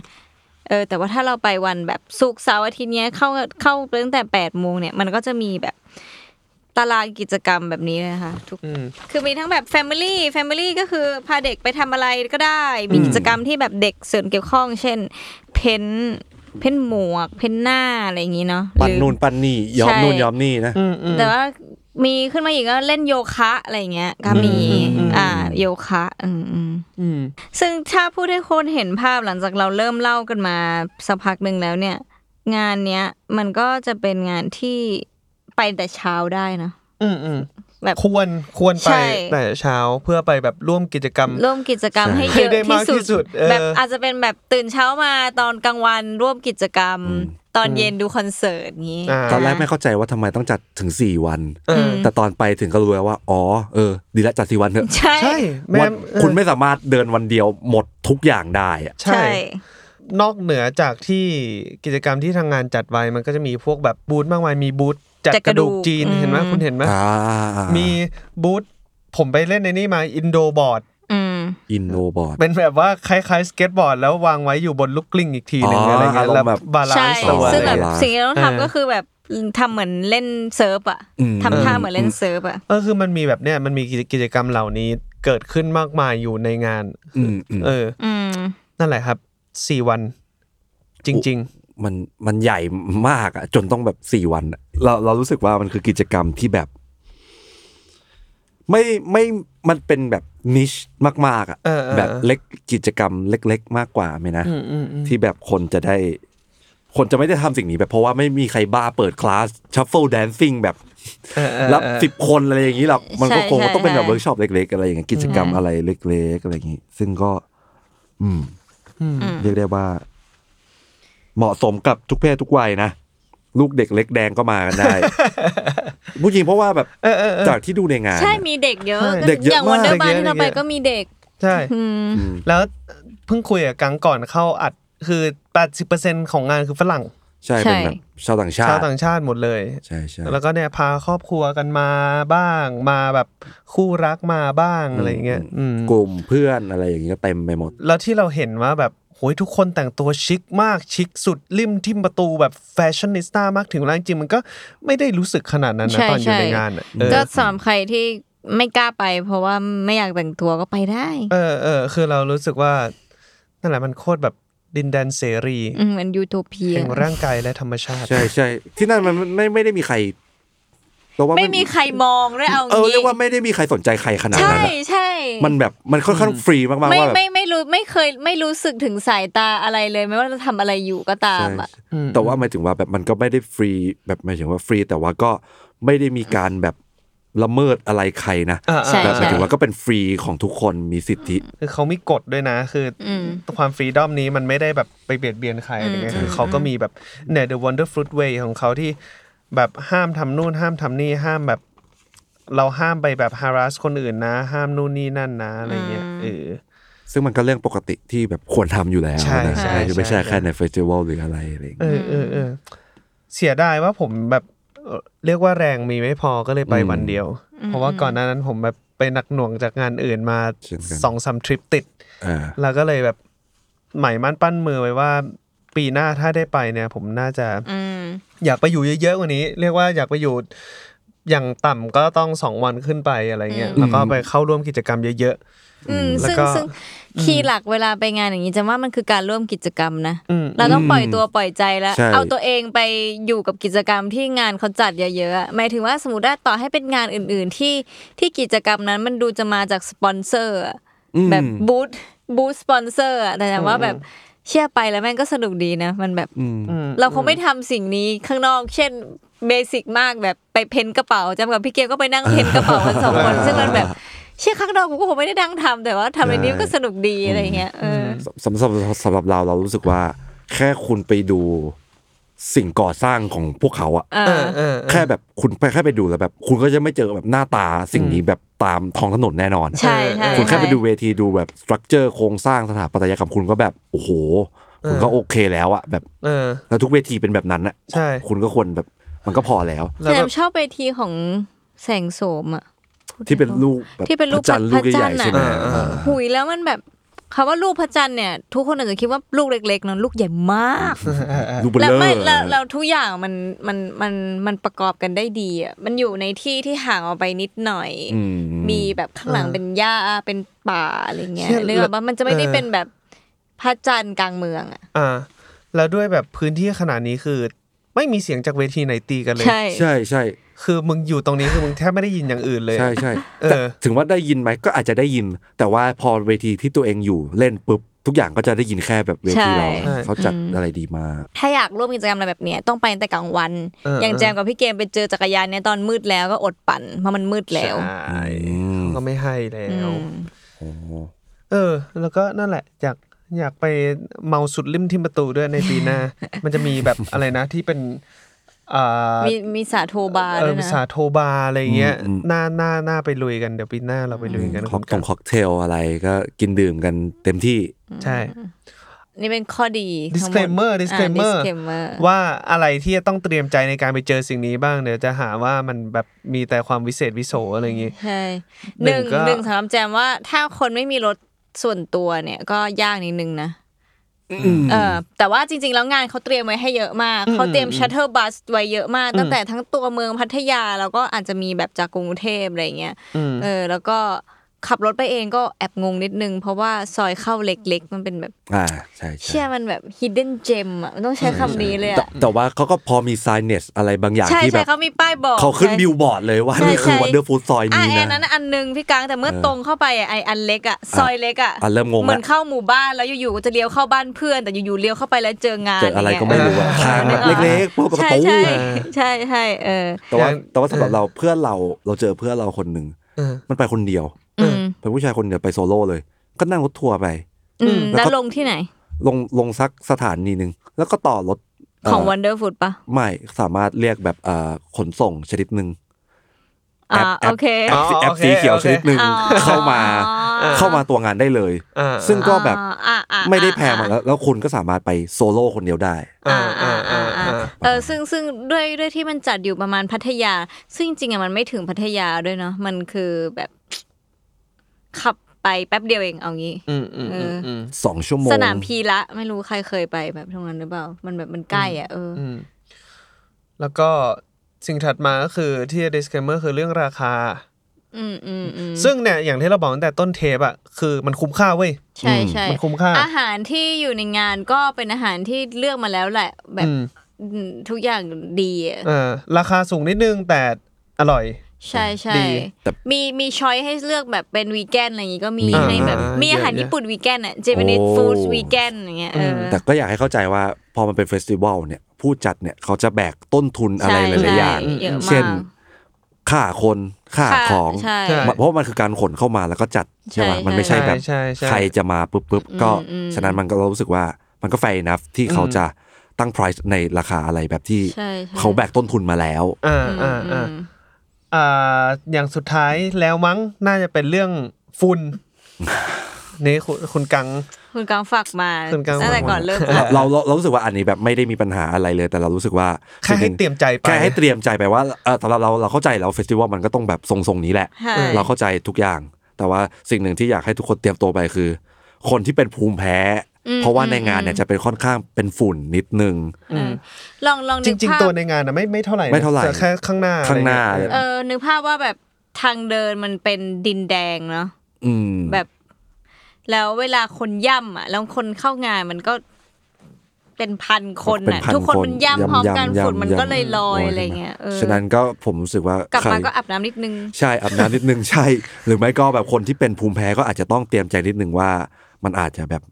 Speaker 2: เออแต่ว่าถ้าเราไปวันแบบศุกร์เสาร์อาทิตย์เนี้ยเข้าเข้าไปตั้งแต่แปดโมงเนี่ยมันก็จะมีแบบตารางกิจกรรมแบบนี้เลยนะคะทุก
Speaker 3: อืม
Speaker 2: คือมีทั้งแบบ Family Family ก็คือพาเด็กไปทำอะไรก็ได้ มีกิจกรรมที่แบบเด็กส่วนเกี่ยวข้อง เช่น เพ้นท์เพ้นท์หมวก เพ้นท์หน้าอะไรอย่างนี้เนาะ
Speaker 4: ปั้น
Speaker 2: หรือ
Speaker 4: นู่นปั้นนี่ย้อม
Speaker 2: ใช่
Speaker 4: นู่นย้อมนี่นะ
Speaker 3: อืมอืม
Speaker 2: แต่ว่า มีขึ้นมาอีกก็เล่นโยคะอะไรอย่างเงี้ยก็มี
Speaker 3: อืมอืม
Speaker 2: อ่าโยคะอืมอืม
Speaker 3: อืม
Speaker 2: ซึ่งถ้าผู้ได้คนเห็นภาพหลังจากเราเริ่มเล่ากันมาสักพักหนึ่งแล้วเนี่ย งานเนี้ยมันก็จะเป็นงานที่ไปแต่เช้าได้นะ
Speaker 3: อืมอืม
Speaker 2: แบบ
Speaker 3: ควรควรไป
Speaker 2: ใช่
Speaker 3: แต่เช้าเพื่อไปแบบร่วมกิจกรรม
Speaker 2: ร่วมกิจกรรม
Speaker 4: ใช่
Speaker 2: ให้เยอะ
Speaker 3: ให้ได้
Speaker 2: ที่
Speaker 3: มากที่
Speaker 2: สุด
Speaker 3: สุดเออ
Speaker 2: แบบอาจจะเป็นแบบตื่นเช้ามาตอนกลางวันร่วมกิจกรรม ตอนเย็นดูคอนเสิร์ตอย่างงี้
Speaker 3: อ่า
Speaker 4: ตอนแรกไม่เข้าใจว่าทำไมต้องจัดถึงสี่วัน
Speaker 3: เออ
Speaker 4: แต่ตอนไปถึงก็รู้แล้วว่า อ๋อ เออ ดีละจัดสี่วันเถอะ
Speaker 2: ใช่
Speaker 3: ใช่แม่
Speaker 4: วัน
Speaker 3: เออ
Speaker 4: คุณไม่สามารถเดินวันเดียวหมดทุกอย่างได้อะ
Speaker 3: ใช่ นอกเหนือจากที่กิจกรรมที่ทางงานจัดไว้มันก็จะมีพวกแบบบูธมากมายมีบูธจัดกระดูกจีนเห็นไหมคุณเห็นไหม
Speaker 4: อ่า
Speaker 3: มีบูธผมไปเล่นในนี่มาอินโดบอร์ด
Speaker 2: อืม
Speaker 4: อินโนบอร์ด
Speaker 3: เป็นแบบว่าคล้ายๆสเก็ตบอร์ดแล้ววางไว้อยู่บนลูกกลิ้งอีกทีหนึ่ง
Speaker 4: อ๋ออ
Speaker 3: อะไรเงี้ย
Speaker 4: อารมณ์
Speaker 3: แล้ว
Speaker 4: แบบ
Speaker 3: บาลาน
Speaker 2: ใช่
Speaker 3: ซ์ตัว
Speaker 2: ซึ่ง
Speaker 3: อะไร
Speaker 2: แบบ
Speaker 3: เงี้ย
Speaker 2: สิ่งที่เราต้อง
Speaker 3: เออ
Speaker 2: ทำก็คือแบบทำเหมือนเล่นเซิร์ฟอะ
Speaker 4: อืม
Speaker 2: ทำท่าเหมือนเล่นเซิร์ฟอะ
Speaker 3: เออคือมันมีแบบเนี้ยมันมีกิจกรรมเหล่านี้เกิดขึ้นมากมายอยู่ในงาน
Speaker 4: อืมอืม
Speaker 3: เออ
Speaker 2: อืม
Speaker 3: นั่นแหละครับสี่วัน จริง
Speaker 4: มันมันใหญ่มากอะจนต้องแบบสี่วันอะเราเรารู้สึกว่ามันคือกิจกรรมที่แบบ ไม่ไม่มันเป็นแบบนิชมาก ๆอะ
Speaker 3: เออเออ
Speaker 4: แบบเล็กกิจกรรมเล็ก ๆ มากกว่าไหมนะ
Speaker 3: ๆ อืมอืมอืม
Speaker 4: ที่แบบคนจะได้ คนจะไม่ได้ทำสิ่งนี้แบบเพราะว่าไม่มีใครบ้าเปิดคลาสชัฟเฟิลแดนซิ่งแบบ
Speaker 3: เออเออ
Speaker 4: รับ
Speaker 3: เออ
Speaker 4: สิบคนอะไรอย่างนี้หรอกมันก็
Speaker 2: ใช่
Speaker 4: คง
Speaker 2: ใช่
Speaker 4: ต้องเป็นแบบ
Speaker 2: ใช่
Speaker 4: เวิร์กช็อปเล็ก ๆ อะไรอย่างเงี้ยกิจกรรมอะไรเล็ก ๆ อะไรอย่างงี้ ซึ่งก็ อืม
Speaker 3: อืม
Speaker 4: เรียกได้ว่า เหมาะสมกับทุกเพศทุกวัยนะ ลูกเด็กเล็กแดงก็มากันได้ ผู้หญิงเพราะว่าแบบ
Speaker 3: เออเออเออ
Speaker 4: จากที่ดูในงาน
Speaker 2: ใช่มีเด็กเยอะ
Speaker 3: ใช่
Speaker 2: ก็
Speaker 4: เด็กเยอะ
Speaker 2: อย่าง
Speaker 4: มาก
Speaker 2: วันเดอร์บา
Speaker 3: เด็กเยอะ
Speaker 2: ที่เราไป
Speaker 3: เด็กเยอะ
Speaker 2: ก็มีเด็ก
Speaker 3: ใช่
Speaker 2: อืม
Speaker 4: อืม
Speaker 3: แล้วเพิ่งคุยกับกังก่อนเข้าอัดคือแปดสิบเปอร์เซ็นของงานคือฝรั่ง
Speaker 4: ใช่
Speaker 2: ใช่
Speaker 4: เป็นแบบชาวต่างชา
Speaker 3: ชาว
Speaker 4: ติ
Speaker 3: ต่างชาติหมดเลย
Speaker 4: ใช่ใช่
Speaker 3: แล้วก็เนี่ยพาครอบครัวกันมาบ้างมาแบบคู่รักมาบ้างอะไรอย่างเงี้ยอืม
Speaker 4: กลุ่มเพื่อนอะไรอย่างเงี้ยเต็มไปหมด
Speaker 3: แล้วที่เราเห็นว่าแบบโหยทุกคนแต่งตัวชิคมากชิคสุดริมทิมประตูแบบแฟชั่นนิสต้ามากถึงเวลาจริงๆมันก็ไม่ได้รู้สึกขนาดนั้นนะ
Speaker 2: ใช่
Speaker 3: ตอนอยู่
Speaker 2: ใช่
Speaker 3: ในงานอะเออ
Speaker 2: ก็สำหรับใครที่ไม่กล้าไป เพราะว่าไม่อยากแต่งตัวก็ไปได้
Speaker 3: เออเออคือเรารู้สึกว่านั่นแหละมันโคตรแบบดินแดนเสรี
Speaker 2: อืมเหมือนยูโทเพีย
Speaker 3: แห่งร่างกายและธรรมชาติ
Speaker 4: ใช่ใช่ที่นั่นมันไม่ไม่ได้มีใครเราว่า
Speaker 2: ไม่มีใครมองด้วยเอา
Speaker 4: เออ
Speaker 2: งี้
Speaker 4: เรียกว่าไม่ได้มีใครสนใจใครขนาด
Speaker 2: ใช่
Speaker 4: นั้นอะ
Speaker 2: ใช่
Speaker 4: มันแบบมันค่อนข้างฟรีมากๆ
Speaker 2: ไม่
Speaker 4: ว่าแบบ
Speaker 2: ไม่ไม่รู้ไม่เคยไม่รู้สึกถึงสายตาอะไรเลยไม่ว่าจะทำอะไรอยู่ก็ตาม
Speaker 4: ใช่
Speaker 2: อ่ะ
Speaker 3: อืม
Speaker 4: แต่ว่าหมายถึงว่าแบบมันก็ไม่ได้ฟรีแบบหมายถึงว่าฟรี แต่ว่าก็ไม่ได้มีการแบบละเมิดอะไรใครนะ
Speaker 3: อ่า
Speaker 2: ใช่
Speaker 4: แบบหมายถึง
Speaker 2: ใช่
Speaker 4: ว่าก็เป็นฟรีของทุกคนมีสิทธิ
Speaker 3: คือเขามีกฎด้วยนะคืออ
Speaker 2: ม
Speaker 3: ความฟรีดอมนี้มันไม่ได้แบบไปเบียดเบียนใครอะไรเงี้ย
Speaker 2: อืม
Speaker 3: คือเขาก็มีแบบเนี่ย the wonder fruit way ของเขาที่แบบห้ามทำนู่นห้ามทำนี่ห้ามแบบ เราห้ามไปแบบ harass คนอื่นนะ ห้ามนู่นนี่นั่นนะอะไรเงี้ย
Speaker 2: อืม
Speaker 3: เออ
Speaker 4: ซึ่งมันก็เรื่องปกติที่แบบควรทำอยู่แล้ว
Speaker 3: ใช่
Speaker 4: นะ
Speaker 3: ใช่
Speaker 4: คือไม่
Speaker 3: ใช่
Speaker 4: ใช่แค่ในเฟสติวัลหรืออะไรอะไรอย่าง
Speaker 3: เอ
Speaker 4: เงี้ย
Speaker 3: อเออเออเสียดายว่าผมแบบเอ่อเรียกว่าแรงมีไม่พอก็เลยไป
Speaker 4: อืม
Speaker 3: วันเดียว เพราะว่าก่อนหน้านั้นผมแบบไปหนักหน่วงจากงานอื่นมา
Speaker 4: เช่นกัน
Speaker 3: สองสามทริปติด
Speaker 4: อ่า
Speaker 3: เราก็เลยแบบหมายมั่นปั้นมือไว้ว่า ปีหน้าถ้าได้ไปเนี่ย ผมน่าจะ
Speaker 2: อืม
Speaker 3: อยากไปอยู่เยอะๆกว่านี้ เรียกว่าอยากไปอยู่อย่างต่ำก็ต้องสองวันขึ้นไปอะไรเงี้ยแล้วก็ไปเข้าร่วมกิจกรรมเยอะ
Speaker 2: อืม
Speaker 3: แล้ว
Speaker 2: ซึ่ง
Speaker 3: ก็
Speaker 2: ซึ่งคีย์หลักเวลาไปงานอย่างนี้จะว่ามันคือการร่วมกิจกรรมนะ
Speaker 3: อืม
Speaker 2: เราต้องปล่อยตัวปล่อยใจแล้ว
Speaker 4: ใช่
Speaker 2: เอาตัวเองไปอยู่กับกิจกรรมที่งานเขาจัดเยอะๆอะหมายถึงว่าสมมติว่าต่อให้เป็นงานอื่น ๆ ที่ที่กิจกรรมนั้นมันดูจะมาจากสปอนเซอร์อะ
Speaker 4: อืม
Speaker 2: แบบบูธบูธสปอนเซอร์อะแต่ถามว่าแบบเชื่อไปแล้วแม่งก็สนุกดีนะ มันแบบ
Speaker 3: ๆอืม
Speaker 2: เราคงไม่ทำสิ่งนี้ข้างนอก เช่นเบสิกมากแบบไปเพ้นกระเป๋าจำกับพี่เกียวก็ไปนั่งเพ้นกระเป๋ากันสองค นซึ่งมันแบบ เชื่อครั้งเดียวกูก็คงไม่ได้ดังทำแต่ว่าทำในนี้มันก็สนุกดีอะไรเงี้ยเออ
Speaker 4: สำสำสำสำหรับเราเรารู้สึกว่า แค่คุณไปดูสิ่งก่อสร้างของพวกเขาอะ
Speaker 2: เอ
Speaker 3: เอ
Speaker 2: อ
Speaker 3: อเออเออ
Speaker 4: แค่แบบคุณไปแค่ไปดูแล้วแบบ คุณก็จะไม่เจอแบบหน้าตาสิ่งนี้แบบตามท้องถนนแน่นอน
Speaker 2: ใช่ใช่
Speaker 4: คุณแค่ไป
Speaker 2: ใช่
Speaker 4: ดูเวทีดูแบบสตรัคเจอร์โครงสร้างสถาปัตยกรรมคุณก็แบบโอ้โห คุณก็โอเคแล้วอะแบบ
Speaker 3: เออ
Speaker 4: แล้วทุกเวทีเป็นแบบนั้นอะ
Speaker 3: ใช่
Speaker 4: คุณก็ควรแบบมันก็พอแล้ว
Speaker 3: แล้ว
Speaker 2: แต่
Speaker 3: แบ
Speaker 2: ผ
Speaker 3: บ
Speaker 2: มชอบเวทีของแสงโสมอ่ะ
Speaker 4: ที่เป็นลูกแบบ
Speaker 2: ที่เป็นรูป
Speaker 4: พระจันทร์ลูก
Speaker 2: พระจั
Speaker 4: ให
Speaker 2: นทร์น่ะ
Speaker 4: ญ่ๆใช่ไหมเออ
Speaker 2: หุยแล้วมันแบบคำว่าลูกพระจันทร์เนี่ย ทุกคนอาจจะคิดว่าลูกเล็กๆเนอะลูกใหญ่มาก
Speaker 4: ดูเบล
Speaker 2: แล้ว
Speaker 4: เลอ
Speaker 2: ไม่
Speaker 4: ร์
Speaker 2: แล้วแล้วทุกอย่างมันมันมันมันประกอบกันได้ดีอ่ะมันอยู่ในที่ที่ห่างออกไปนิดหน่อย
Speaker 4: อืม
Speaker 2: มีแบบข้างหลังเป็นหญ้าเป็นป่าอะไรเงี้ย
Speaker 3: เชี่ย
Speaker 2: เรื่อง
Speaker 3: แล้ว
Speaker 2: ว่ามันจะไม่ได้เป็นแบบพระจันทร์กลางเมืองอ่ะ
Speaker 3: อ่า แล้วด้วยแบบพื้นที่ขนาดนี้คือ ไม่มีเสียงจากเวทีไหนตีกันเลย
Speaker 2: ใช่
Speaker 4: ใช่ใช่
Speaker 3: คือมึงอยู่ตรงนี้คือมึงแทบไม่ได้ยินอย่างอื่นเลย
Speaker 4: ใช่ใช่
Speaker 3: เออ
Speaker 4: แต่ถึงว่าได้ยินไหมก็อาจจะได้ยิน แต่ว่าพอเวทีที่ตัวเองอยู่เล่นปุ๊บ ทุกอย่างก็จะได้ยินแค่แบบเวทีเรา
Speaker 2: ใช่
Speaker 4: เขาจัดอะไรดีมาก
Speaker 2: ถ้าอยากร่วมกิจกรรมอะไรแบบเนี้ยต้องไปตั้งแต่กลางวัน
Speaker 3: เออ
Speaker 2: อ
Speaker 3: อ
Speaker 2: ย่างแจมกับพี่เกมไปเจอจักรยานเนี่ยตอนมืดแล้วก็อดปั่นเพราะมันมืดแล้ว
Speaker 3: ใช่
Speaker 4: อืม
Speaker 3: ก็ไม่ให้แล้
Speaker 2: อื
Speaker 3: ว
Speaker 2: ม
Speaker 4: โอ้โห
Speaker 3: เออ แล้วก็นั่นแหละอยากอยากไปเมาสุดริมทิมประตูด้วยในปีหน้า มันจะมีแบบอะไรนะที่เป็นอ่า
Speaker 2: มีมีสาโทบาร์
Speaker 3: เอ
Speaker 2: ด้ว
Speaker 3: อ
Speaker 2: ยนะ
Speaker 3: สาโทบาร์อะไรเงี้ยหน้าหน้าหน้าไปลุยกันเดี๋ยวปีหน้าเราไปลุยกัน
Speaker 4: ค็อกตงค็อกเทลอะไรก็กินดื่มกันเต็มที่
Speaker 3: ใช่
Speaker 2: นี่เป็นข้อดีทั้งหมด
Speaker 3: disclaimer
Speaker 2: อ่า
Speaker 3: disclaimer
Speaker 2: disclaimer
Speaker 3: ว่าอะไรที่จะต้องเตรียมใจในการไปเจอสิ่งนี้บ้างเดี๋ยวจะหาว่ามันแบบมีแต่ความวิเศษวิโสอะไรอย่างงี้
Speaker 2: ใช่
Speaker 3: ห
Speaker 2: หนึ่
Speaker 3: นึ่ง
Speaker 2: ง
Speaker 3: ก็
Speaker 2: หนึ่งสำหรับแจมว่าถ้าคนไม่มีรถส่วนตัวเนี่ยก็ยากนิดนึงนะเออแต่ว่าจริง ๆ แล้วงานเขาเตรียมไว้ให้เยอะมาก เขาเตรียมชัตเตอร์บัสไว้เยอะมาก ตั้งแต่ทั้งตัวเมืองพัทยาแล้วก็อาจจะมีแบบจากกรุงเทพอะไรเงี้ยเออ แล้วก็ขับรถไปเองก็แอบงงนิดนึง เพราะว่าซอยเข้าเล็ก ๆ มันเป็นแบบ
Speaker 4: อ่าใช่ใช่
Speaker 2: เชื่อมันแบบ hidden gem อ่ะมันต้องใช้คำนี้เลย
Speaker 4: แต่
Speaker 2: อะ
Speaker 4: แต่ว่าเขาก็พอมีไซเนสอะไรบางอย่าง
Speaker 2: ใช่
Speaker 4: ที่แบ
Speaker 2: ใช่
Speaker 4: บ
Speaker 2: เขามีป้ายบอก
Speaker 4: เขาขึ้นบิลบอร์ดเลยว่า
Speaker 2: ใช่
Speaker 4: นี่คือ
Speaker 2: ใช่
Speaker 4: วันเดอร์ฟูดซอย
Speaker 2: อ่ะ
Speaker 4: นี้
Speaker 2: ไอ้อันนั้
Speaker 4: นะ
Speaker 2: นอันหนึงพี่กางแต่เมื่อ
Speaker 4: เออ
Speaker 2: ตรงเข้าไปอ่ะไอ้อันเล็กอ่ะซอยเล็กอ่ะ
Speaker 4: อ่ะเริ่มงงละ
Speaker 2: เหมือนเข้าหมู่บ้านแล้วอยู่ๆก็จะเลี้ยวเข้าบ้านเพื่อน แต่อยู่ๆเลี้ยวเข้าไปแล้วเจองาน
Speaker 4: เจออะไรก็ไม่รู้อะ
Speaker 3: เออ
Speaker 4: ทางแบบ
Speaker 2: นึออ
Speaker 4: เล็กๆพวกประ
Speaker 2: ใช่
Speaker 4: ตู
Speaker 2: ใช่
Speaker 4: อะ
Speaker 2: ใช่ใช่เออ
Speaker 4: แต่ว่า
Speaker 3: อย่าง
Speaker 4: แต่ว่าสำหรับเราเพื่อนเราเราเจอเพื่อนเราคนหนึ่ง
Speaker 3: เออ
Speaker 4: มันไปคนเดียว
Speaker 2: อืม
Speaker 4: เป็นผู้ชายคนเดียวไปโซโล่เลย ก็นั่งรถทัวร์ไป
Speaker 2: อืม
Speaker 4: แล้
Speaker 2: แล้วว
Speaker 4: ก็
Speaker 2: ลงที่ไหน
Speaker 4: ลงลงสักสถานีหนึ่งแล้วก็ต่อรถเ
Speaker 2: ของ Wonderfood ปะ
Speaker 4: ไม่สามารถเรียกแบบเอ่อขนส่งชนิดหนึ่ง
Speaker 2: อ่า
Speaker 4: แอปแอป
Speaker 2: โอเค
Speaker 4: แอปสี
Speaker 3: อ๋อโอเค
Speaker 4: แอปสีเขียว
Speaker 3: โอเค
Speaker 4: ชนิดหนึ่ง
Speaker 2: อ๋อ
Speaker 4: เข้ามา
Speaker 2: อ๋อ
Speaker 4: เข้ามาตัวงานได้เลย
Speaker 3: อ่า
Speaker 4: ซึ่งก็แบบ
Speaker 2: อ่าอ่า
Speaker 4: ไม่ได้แพงมาแล้วแล้วคุณก็สามารถไปโซโล่คนเดียวได้
Speaker 3: อ่า
Speaker 2: อ่า
Speaker 3: อ่า
Speaker 2: อ่า
Speaker 3: อ่า
Speaker 2: อ่าอ่า
Speaker 3: อ่า
Speaker 2: เออซึ่งซึ่งด้วยด้วยที่มันจัดอยู่ประมาณพัทยา ซึ่งจริงๆอ่ะมันไม่ถึงพัทยาด้วยเนาะมันคือแบบขับไปแป๊บเดียวเองเอางี้
Speaker 3: อืมอืมอืมอืม
Speaker 4: สองชั่วโมง
Speaker 2: สนามพีละไม่รู้ใครเคยไปแบบตรงนั้นหรือเปล่า มันแบบมันใกล้อ่ะเอออ
Speaker 3: อืมแล้วก็สิ่งถัดมาก็คือที่ disclaimer คือเรื่องราคา
Speaker 2: อืมอืมอืม
Speaker 3: ซึ่งเนี่ยอย่างที่เราบอกตั้งแต่ต้นเทปอะคือมันคุ้มค่าเว้ย
Speaker 2: ใช่ใช่
Speaker 3: มันคุ้มค่า
Speaker 2: อาหารที่อยู่ในงานก็เป็นอาหารที่เลือกมาแล้วแหละ แบบ
Speaker 3: อืม
Speaker 2: อืมทุกอย่างดีอะ
Speaker 3: เออราคาสูงนิดนึงแต่อร่อย
Speaker 2: ใช่ใช่
Speaker 3: ดี
Speaker 4: แต่
Speaker 2: มีมีช้อยให้เลือกแบบเป็นวีแกนอะไรอย่างงี้ก็มี
Speaker 4: มี
Speaker 2: ให้แบบ
Speaker 3: อ่าอ่า
Speaker 2: มีอาหาร
Speaker 3: เยอะ
Speaker 2: ญี่ปุ่นวีแกนอ่ะเจแปนิส
Speaker 4: โอ้
Speaker 2: ฟู้ดวีแกนอย่างเงี้ยเออ
Speaker 4: แต่ก็อยากให้เข้าใจว่าพอมันเป็นเฟสติวัลเนี่ยผู้จัดเนี่ยเขาจะแบกต้นทุนอะไรหลายๆอย่าง
Speaker 2: ใช่เยอะมาก
Speaker 4: เช่น ค่าคนค่า
Speaker 2: ค่ะ
Speaker 4: ของ
Speaker 2: ใช่
Speaker 4: เพราะมันคือการขนเข้ามาแล้วก็จัดใช่ไหม
Speaker 2: ใช่
Speaker 4: มันไม่ใช่แบบ
Speaker 3: ใช่ใช่ใช่
Speaker 4: ใครจะมาปุ๊บปุ๊บก็
Speaker 2: อืมอืม
Speaker 4: ฉะนั้นมันก็เรารู้สึกว่ามันก็แฟร์นัที่เขาจะตั้ง price ในราคาอะไรแบบที่
Speaker 2: ใช่ใช่
Speaker 4: เขาแบกต้นทุนมาแล้ว
Speaker 3: อ่า
Speaker 2: อื
Speaker 3: อ่าม
Speaker 2: อื
Speaker 3: อ่าม อ่าอย่างสุดท้ายแล้วมั้งน่าจะเป็นเรื่อง ฝุ่นนี่คุณคุณกัง
Speaker 2: คุณกังฝากมา
Speaker 3: คุณกัง
Speaker 2: ตั้งแต่
Speaker 3: ฝากมา
Speaker 2: ก่อนเริ่ม
Speaker 4: เราเรา เราเรารู้สึกว่าอันนี้แบบไม่ได้มีปัญหาอะไรเลย แต่เรารู้สึกว่า
Speaker 3: แค่ให้เตรียมใจไป
Speaker 4: แค่ให้เตรียมใจไปว่าเออสำหรับเราเราเข้าใจแล้วเฟสติวัลมันก็ต้องแบบทรงๆนี้แหละ
Speaker 2: ใช่
Speaker 4: เราเข้าใจทุกอย่าง แต่ว่าสิ่งหนึ่งที่อยากให้ทุกคนเตรียมตัวไปคือ คนที่เป็นภูมิแพ้ เพราะว่าในงานเนี่ยจะเป็นค่อนข้างเป็นฝุ่นนิดนึง
Speaker 2: เออลองลอง
Speaker 3: จ
Speaker 2: นึก
Speaker 3: ริง
Speaker 2: ภาพ
Speaker 3: ๆ ตัวในงานนะไม่ไม่เท่าไหร่นะ
Speaker 4: ไม่เท่าไหร่
Speaker 3: แต่แค่ข้างหน้า
Speaker 4: ข้างหน้า
Speaker 3: อะไรเย
Speaker 2: เออนึกภาพว่าแบบทางเดินมันเป็นดินแดงเนาะ
Speaker 4: อืม
Speaker 2: แบบ แล้วเวลาคนย่ำอ่ะ แล้วคนเข้างานมันก็เป็นพันคน
Speaker 4: เป็น
Speaker 2: อ่ะ
Speaker 4: พัน
Speaker 2: ทุกคน
Speaker 4: คน
Speaker 2: มันย่ำพร้อมกัน
Speaker 4: ย่ำย่ำ
Speaker 2: ฝุ่นมัน
Speaker 4: ย่ำ
Speaker 2: ก็เลยลอย
Speaker 4: ลอย
Speaker 2: อะไรเงี้ยเออ
Speaker 4: ฉะนั้นก็ผมรู้สึกว่าก
Speaker 2: ลับ
Speaker 4: ใคร
Speaker 2: มาก็อาบน้ำนิดนึง
Speaker 4: ใช่อาบน้ำนิดนึง ใช่ หรือไม่ก็แบบคนที่เป็นภูมิแพ้ก็อาจจะต้องเตรียมใจนิดนึงว่า มันอาจจะแบบ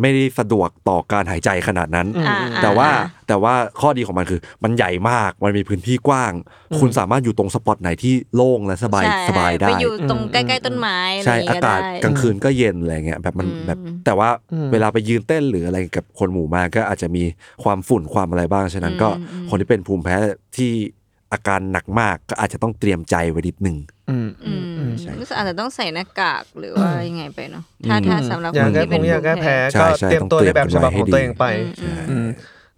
Speaker 4: ไม่ได้สะดวกต่อการหายใจขนาดนั้น
Speaker 2: อ่า
Speaker 4: แต่ว่า
Speaker 2: อ่า
Speaker 4: แต่ว่าข้อดีของมันคือ มันใหญ่มากมันมีพื้นที่กว้าง คุณสามารถอยู่ตรงสปอตไหนที่โล่งและสบาย
Speaker 2: ใช่
Speaker 4: สบายได้
Speaker 2: ไปอยู่ตรงใกล้ๆต้นไม้อะไร
Speaker 4: ใช่
Speaker 2: อย่าง
Speaker 4: อา
Speaker 2: เงี้ยก็
Speaker 4: กาศ
Speaker 2: ได้
Speaker 4: กลางคืนก็เย็นอะไรเงี้ยแบบมันแบบแต่ว่าเวลาไปยืนเต้นหรืออะไรกับคนหมู่มากก็อาจจะมีความฝุ่นความอะไรบ้างฉะนั้นก็คนที่เป็นภูมิแพ้ที่อาการหนักมากก็อาจจะต้องเตรียมใจไว้นิดหนึ่ง
Speaker 3: อืม
Speaker 2: อืม
Speaker 4: ใช่
Speaker 2: รู้สึกอาจจะต้องใส่หน้ากากหรือว่ายังไงไปเนาะถ้าถ้าสำหรับ
Speaker 3: อยา
Speaker 2: ค
Speaker 3: ก
Speaker 2: น
Speaker 3: แก้
Speaker 2: ที่
Speaker 3: พ
Speaker 2: เป็น
Speaker 3: งอยากแก้แพ้
Speaker 4: ใช่
Speaker 3: ก็
Speaker 4: ใช่
Speaker 3: เตรียมตัว
Speaker 4: ต้องเตรี
Speaker 3: ใน
Speaker 4: ยม
Speaker 3: แบบฉบับของ
Speaker 4: กันไว้ให้ดี
Speaker 3: ตัวเองไป อืม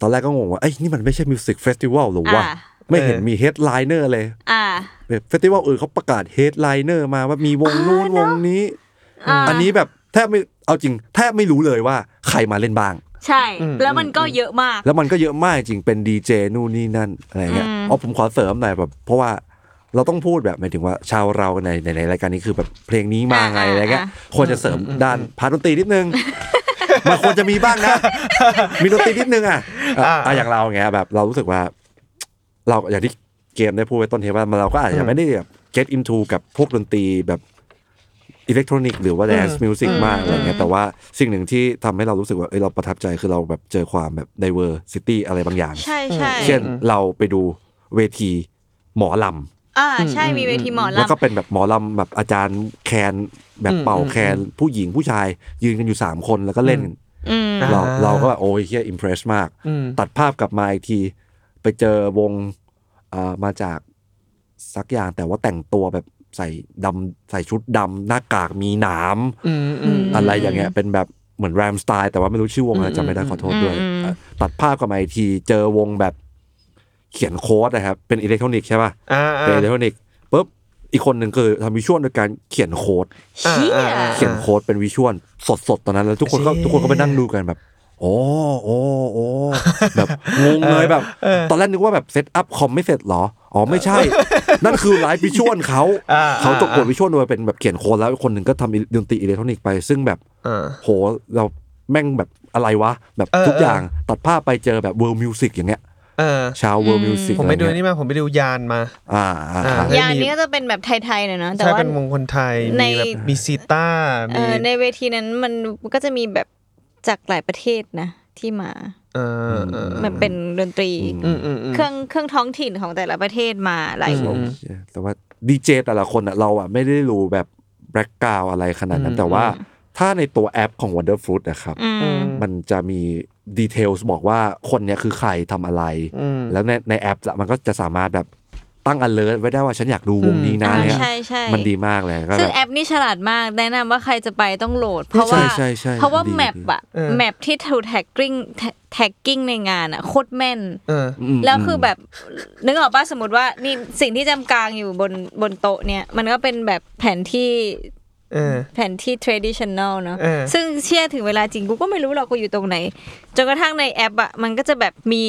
Speaker 4: ตอนแรกก็งงว่าเอ้ยนี่มันไม่ใช่มิวสิกเฟสติวัลหรอวะ
Speaker 2: อ่า
Speaker 4: ไม่เห็นมีเฮดไลเนอร์เลย
Speaker 2: อ่า
Speaker 4: เฟสติวัลอื่นเขาประกาศเฮดไลเนอร์มาว่ามีวงนู้นวงนี้
Speaker 2: อ่า
Speaker 4: อันนี้แบบแทบไม่เอาจริงแทบไม่รู้เลยว่าใครมาเล่นบ้าง
Speaker 2: ใช่ แล้วมันก็เยอะมาก
Speaker 4: แล้วมันก็เยอะมากจริง เป็นดีเจนู่นนี่นั่นอะไรเงี้ย
Speaker 2: อืม
Speaker 4: อ๋อผมขอเสริมหน่อยแบบ เพราะว่าเราต้องพูดแบบหมายถึงว่าชาวเราในในในรายการนี้คือแบบเพลงนี้มาไงอะไรเงี้ยควรจะเสริมด้านพาร์ทดนตรีนิดนึง มันควรจะมีบ้างนะ มีดนตรีนิดนึงอ่ะอ่ะ
Speaker 3: อ่า
Speaker 4: อ่ะอย่างเราเงี้ยแบบเรารู้สึกว่า เราอย่างที่ เกมได้พูดไว้ต้นเทปว่าเราก็อาจจะไม่ได้แบบ get into กับพวกดนตรีแบบอิเล็กทรอนิกส์หรือว่า dance music มากอะไรเงี้ยแต่ว่าสิ่งหนึ่งที่ทำให้เรารู้สึกว่าเอ้ยเราประทับใจคือเราแบบเจอความแบบ diversity อะไรบางอย่าง
Speaker 2: ใช่ใช่
Speaker 4: เช่นเราไปดูเวทีหมอลำ
Speaker 2: อ่าใช่มีเวทีหมอ
Speaker 4: แล้วก็
Speaker 2: ลำ
Speaker 4: เป็นแบบหมอลำแบบอาจารย์แคนแบบเป่าแคนผู้หญิงผู้ชายยืนกันอยู่ 3 คนแล้วก็เล่นกัน
Speaker 2: อืม
Speaker 3: อ่า
Speaker 4: เราเราก็แบบโอ้ยเฮียอิมเพรสมาก
Speaker 3: อืม
Speaker 4: ตัดภาพกลับมาอีกที ไปเจอวงเอ่อมาจากสักอย่างแต่ว่าแต่งตัวแบบใส่ดำใส่ชุดดำหน้ากากมีหนาม
Speaker 3: อืมอืม
Speaker 4: อะไรอย่างเงี้ยเป็นแบบเหมือนแรมสไตล์แต่ว่าไม่รู้ชื่อวงอะไร
Speaker 3: อืม
Speaker 4: จำไม่ได้ขอโทษด้วย
Speaker 2: อืม
Speaker 4: เอ่อตัดภาพกลับมาอีกที เจอวงแบบเขียนโค้ดนะครับเป็นอิเล็กทรอนิกส์ใช่ป่ะ
Speaker 3: อ่า
Speaker 4: เป็น
Speaker 3: อ่า
Speaker 4: อิเล็กทรอนิกส์ปุ๊บอีกคนหนึ่งคือทำวิชวลโดยการเขียนโค้ด
Speaker 3: อ่า
Speaker 2: เชี่ย
Speaker 3: อ่า
Speaker 4: เขียนโค้ดเป็นวิชวลสดๆตอนนั้นแล้วทุกคนก็
Speaker 3: เชี่ย
Speaker 4: ทุกคนก็ไปนั่งดูกันแบบ โอ้โอ้โอ้แบบงงเลยแบบ
Speaker 3: เออ
Speaker 4: ตอนแรกนึกว่าแบบเซตอัพคอมไม่เสร็จเหรอ อ๋อไม่ใช่ นั่นคือไลฟ์วิชวลเขา
Speaker 3: อ่า
Speaker 4: เขาตกบท
Speaker 3: อ่า
Speaker 4: วิชวลโดยเป็นแบบเขียนโค้ดแล้วอีกคนหนึ่งก็ทำดนตรีอิเล็กทรอนิกส์ไปซึ่งแบบ
Speaker 3: อ่า
Speaker 4: โหเราแม่งแบบอะไรวะ แบบ
Speaker 3: เออ
Speaker 4: ทุก
Speaker 3: เออ
Speaker 4: อ
Speaker 3: อ
Speaker 4: ย่างตัดภาพไปเจอแบบเวิร์มิวสิกอย่างเงี้ย
Speaker 3: อ่า
Speaker 4: ชาวเวิร์มิวสิก
Speaker 3: ผมไปดูนี่มาผมไปดูยานมา
Speaker 4: อ่าอ่า
Speaker 3: อ่า
Speaker 4: อ่า
Speaker 2: ยานนี้ก็จะเป็นแบบไทยๆหน่อยเนอะแต่
Speaker 3: ใช่
Speaker 2: ว่า
Speaker 3: เป็นวงคนไทย
Speaker 2: ใน
Speaker 3: มีแบบมีซีต้า
Speaker 2: เอ
Speaker 3: มี
Speaker 2: อในเวทีนั้นมันก็จะมีแบบจากหลายประเทศนะ ที่มา
Speaker 3: เออเออ
Speaker 2: มันเป็นดนตรี
Speaker 4: อืม
Speaker 3: อืมอืมอืม
Speaker 2: เครื่องเครื่องท้องถิ่นของแต่ละประเทศมาหลาย
Speaker 3: อื
Speaker 2: ว
Speaker 3: ม
Speaker 2: ง
Speaker 4: เชี่ยแต่ว่าดีเจแต่ละคนอะเราอะไม่ได้รู้แบบแบล็กกราวอะไรขนาดนั้น แต่ว่าถ้าในตัวแอปของ Wonder Fruit นะครับ
Speaker 2: อืม
Speaker 4: มันจะมีดีเทลบอกว่าคนเนี้ยคือใครทำอะไร
Speaker 3: อืม
Speaker 4: แล้วในในแอปอะมันก็จะสามารถแบบตั้ง alert ไว้ได้ว่าฉันอยากดูวงนี้นะ
Speaker 2: อ่า
Speaker 4: เนี่ย
Speaker 2: ใช่ใช่
Speaker 4: มันดีมากเลยก็
Speaker 2: ซึ่
Speaker 4: แบ
Speaker 2: ง
Speaker 4: บ
Speaker 2: แอปนี่ฉลาดมากแนะนำว่าใครจะไปต้องโหลด เพราะว่า
Speaker 4: ใช่ใช่ใช่
Speaker 2: เพราะว่า
Speaker 4: ดี
Speaker 2: แมป
Speaker 4: ดี
Speaker 2: อะ
Speaker 3: เออ
Speaker 2: แมปที่ถูกแท็กกิ้งแท็กกิ้งในงานอะโคตรแม่น
Speaker 3: เออ
Speaker 4: ม
Speaker 2: แล้วคือแบบนึกออกป่ะสมมติว่านี่สิ่งที่จำกลางอยู่บนบนโต๊ะเนี่ย มันก็เป็นแบบแผนที่
Speaker 3: เออ
Speaker 2: แผนที่ traditional เนอะ
Speaker 3: เออ
Speaker 2: ซึ่งเชื่อถึงเวลาจริงกูก็ไม่รู้หรอกกูอยู่ตรงไหน จนกระทั่งในแอปอะมันก็จะแบบมี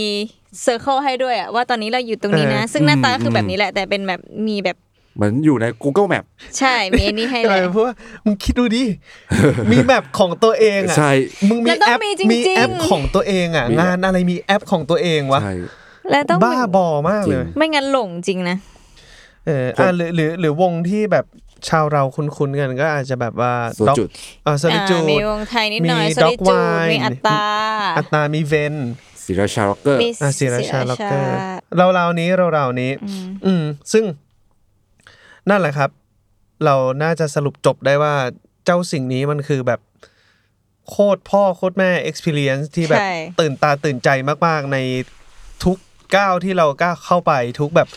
Speaker 2: เซอร์เคิลให้ด้วยอะว่าตอนนี้เราอยู่ตรงนี้นะ ซึ่งหน้าตาก็คือแบบนี้แหละ แต่เป็นแบบมีแบบ
Speaker 4: เหมือนอยู่ใน Google Map
Speaker 2: ใช่มีไอ้นี่ให้
Speaker 3: อะ
Speaker 2: เล
Speaker 3: ไร
Speaker 2: ย
Speaker 3: เพราะว่ามึงคิดดู ดิ มีแมปของตัวเองอ่ะ
Speaker 4: ใช่
Speaker 3: มึงมี
Speaker 2: แล้วต้อ
Speaker 3: แอง ป
Speaker 2: มีจริงๆ
Speaker 3: มีแอปของตัวเองอ่ะ
Speaker 4: มี
Speaker 3: งานอะไรมีแอปของตัวเองวะ
Speaker 4: ใช่
Speaker 2: และต้อง
Speaker 3: บ้าบอมากเลย
Speaker 4: จริง
Speaker 2: ไม่งั้นหลงจริงนะ
Speaker 3: เอออ่ะหรือหรือหรือวงที่แบบชาวเราคุ้นๆกันก็อาจจะแบบว่า
Speaker 4: โซจุด
Speaker 3: อ่าโซลิจู
Speaker 2: อ่า
Speaker 3: ด
Speaker 2: มีวงไทยนิดหน่อย
Speaker 3: มี
Speaker 2: สลิจูด
Speaker 3: Dog Wine
Speaker 2: มีอัตตา
Speaker 3: อัตตามีเวน
Speaker 4: ศิราชาร็อกเกอร์
Speaker 2: มี
Speaker 3: อาศิราชาล็อกเกอร์
Speaker 2: ศิราชา
Speaker 3: เราเราๆนี้เราเราๆนี้ อืม ซึ่ง นั่นแหละครับ เราน่าจะสรุปจบได้ว่าเจ้าสิ่งนี้มันคือแบบ โคตรพ่อโคตรแม่ experience ที่แบบ
Speaker 2: ใช่
Speaker 3: ตื่นตาตื่นใจมาก ๆ ในทุกก้าวที่เราก้าวเข้าไป ทุกแบบ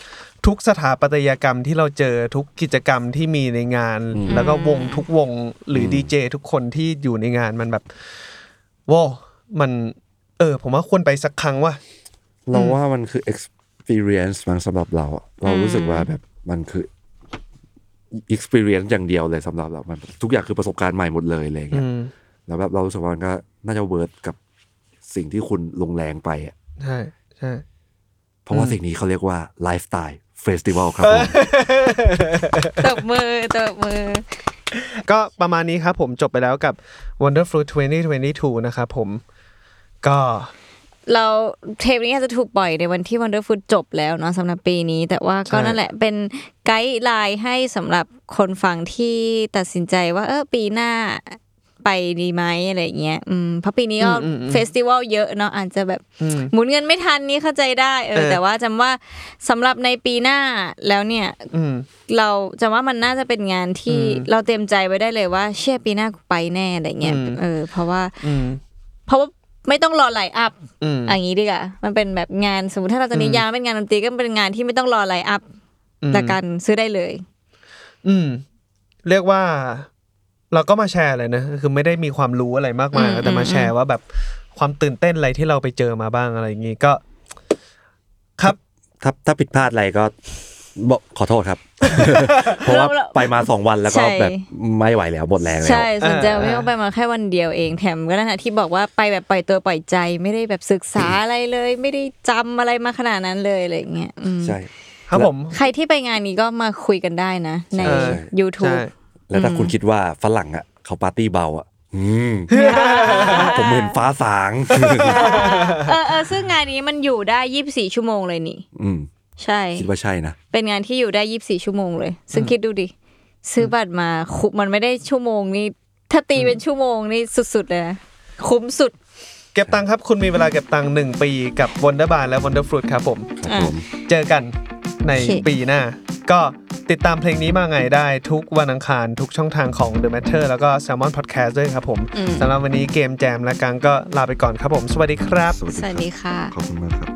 Speaker 3: ทุกสถาปัตยกรรมที่เราเจอทุกกิจกรรมที่มีในงาน แล้วก็วงทุกวงหรืออดีเจทุกคนที่อยู่ในงานมันแบบว้าวมัน เออ ผมว่าควรไปสักครั้งว่ะ
Speaker 4: เราว่ามันคือ experience บางสำหรับเราอะเรารู้สึกว่าแบบมันคือ experience อย่างเดียวเลยสำหรับเรามันทุกอย่างคือประสบการณ์ใหม่หมดเลยอะไรอย่างเงี้ยแล้วแบบเรารู้สึกว่ามันก็น่าจะเวิร์ดกับสิ่งที่คุณลงแรงไปอะ
Speaker 3: ใช่ใช่
Speaker 4: เพราะว่าสิ่งนี้เขาเรียกว่า lifestyle festival ครับผม
Speaker 2: ตบมือตบมือ
Speaker 3: ก็ประมาณนี้ครับผมจบไปแล้วกับ Wonderful 2022 นะครับผม ก็
Speaker 2: เราเทปนี้อาจจะถูกปล่อยในวันที่ Wonderfood จบแล้วเนาะสำหรับปีนี้ แต่ว่าก็นั่นแหละเป็นไกด์ไลน์ให้สำหรับคนฟังที่ตัดสินใจว่า เออปีหน้าไปดีไหมอะไรอย่างเงี้ยอืมเพราะปีนี้ก็เฟสติวัลเยอะเนาะอาจจะแบบหมุนเงินไม่ทันนี้เข้าใจได้เออแต่ว่าจำว่าสำหรับในปีหน้าแล้วเนี่ย
Speaker 3: อืม
Speaker 2: เราจะว่ามันน่าจะเป็นงานที่เราเตรียมใจไว้ได้เลยว่า เชื่อปีหน้ากูไปแน่อะไรเงี้ย
Speaker 3: อืม
Speaker 2: เออเพราะว่า
Speaker 3: อืม
Speaker 2: เพราะว่าไม่ต้องรอไลน์อัพ
Speaker 3: อืม
Speaker 2: อย่างนี้ดีกว่ามันเป็นแบบงานสมมติถ้าเราจะนิยามว่าเป็นงานดนตรีก็เป็นงานที่ไม่ต้องรอไลน์อัพละกันซื้อได้เลย
Speaker 3: อืม เรียกว่า เราก็มาแชร์เลยนะ คือไม่ได้มีความรู้อะไรมากมายแต่มาแชร์ว่าแบบความตื่นเต้นอะไรที่เราไปเจอมาบ้างอะไรอย่างงี้ก็ ครับ
Speaker 4: ถ้าถ้าผิดพลาดอะไรก็บอกขอโทษครับ เพราะว่า
Speaker 2: เรา
Speaker 4: ไปมาสองวันแล้วก็
Speaker 2: ใช่
Speaker 4: แบบไม่ไหวแล้วหมดแรงแล้ว
Speaker 2: ใช่สวนใจ
Speaker 3: อ่า
Speaker 2: ไม่ต้องไปมาแค่วันเดียวเองแถมก็นั่นแหละที่บอกว่าไปแบบปล่อยตัวปล่อยใจไม่ได้แบบศึกษาอะไรเลย ไม่ได้จำอะไรมาขนาดนั้นเลยอะไรอย่างเงี้ยอืม
Speaker 4: ใช่
Speaker 3: ครับผม
Speaker 2: ใครที่ไปงานนี้ก็มาคุยกันได้นะ ใน
Speaker 4: ใช่
Speaker 3: ใช่
Speaker 2: YouTube
Speaker 4: แล้วถ้าคุณคิดว่าฝรั่งอ่ะเขาปาร์ตี้เบาอ่ะอืมผมเห็นฟ้าสาง
Speaker 2: เออเออซึ่งงานนี้มันอยู่ได้ 24 ชั่วโมงเลยนี่
Speaker 4: อืม
Speaker 2: ใช่
Speaker 4: คิดว่าใช่นะ
Speaker 2: เป็นงานที่อยู่ได้ยี่บสี่ชั่วโมงเลย ซึ่งคิดดูดิ ซื้อบัตรมาคุมันไม่ได้ชั่วโมงนี่ถ้าตีเป็นชั่วโมงนี่สุดๆเลยนะคุ้มสุด
Speaker 3: เก็บตังค์ครับ คุณมีเวลาเก็บตังค์หนึ่งปีกับว o นเดอร์บาร์และว o นเดอร์ฟรุตครับผม
Speaker 4: ครับ
Speaker 2: อ่ะ
Speaker 4: ผม
Speaker 3: เจอกันใน
Speaker 2: โอเค
Speaker 3: ปีหน้า ก็ติดตามเพลงนี้มาไงได้ทุกวันอังคาร ทุกช่องทางของ The Matter แล้วก็ Salmon Podcast ด้วยครับผมสำหรับวันนี้เกมแจมและกังก็ลาไปก่อนครับผม สวัสดีครับ
Speaker 4: สวัส
Speaker 2: สวัส
Speaker 4: ดี
Speaker 2: ดี
Speaker 4: ครับ
Speaker 2: ค่ะ
Speaker 4: ขอบคุณมากครับ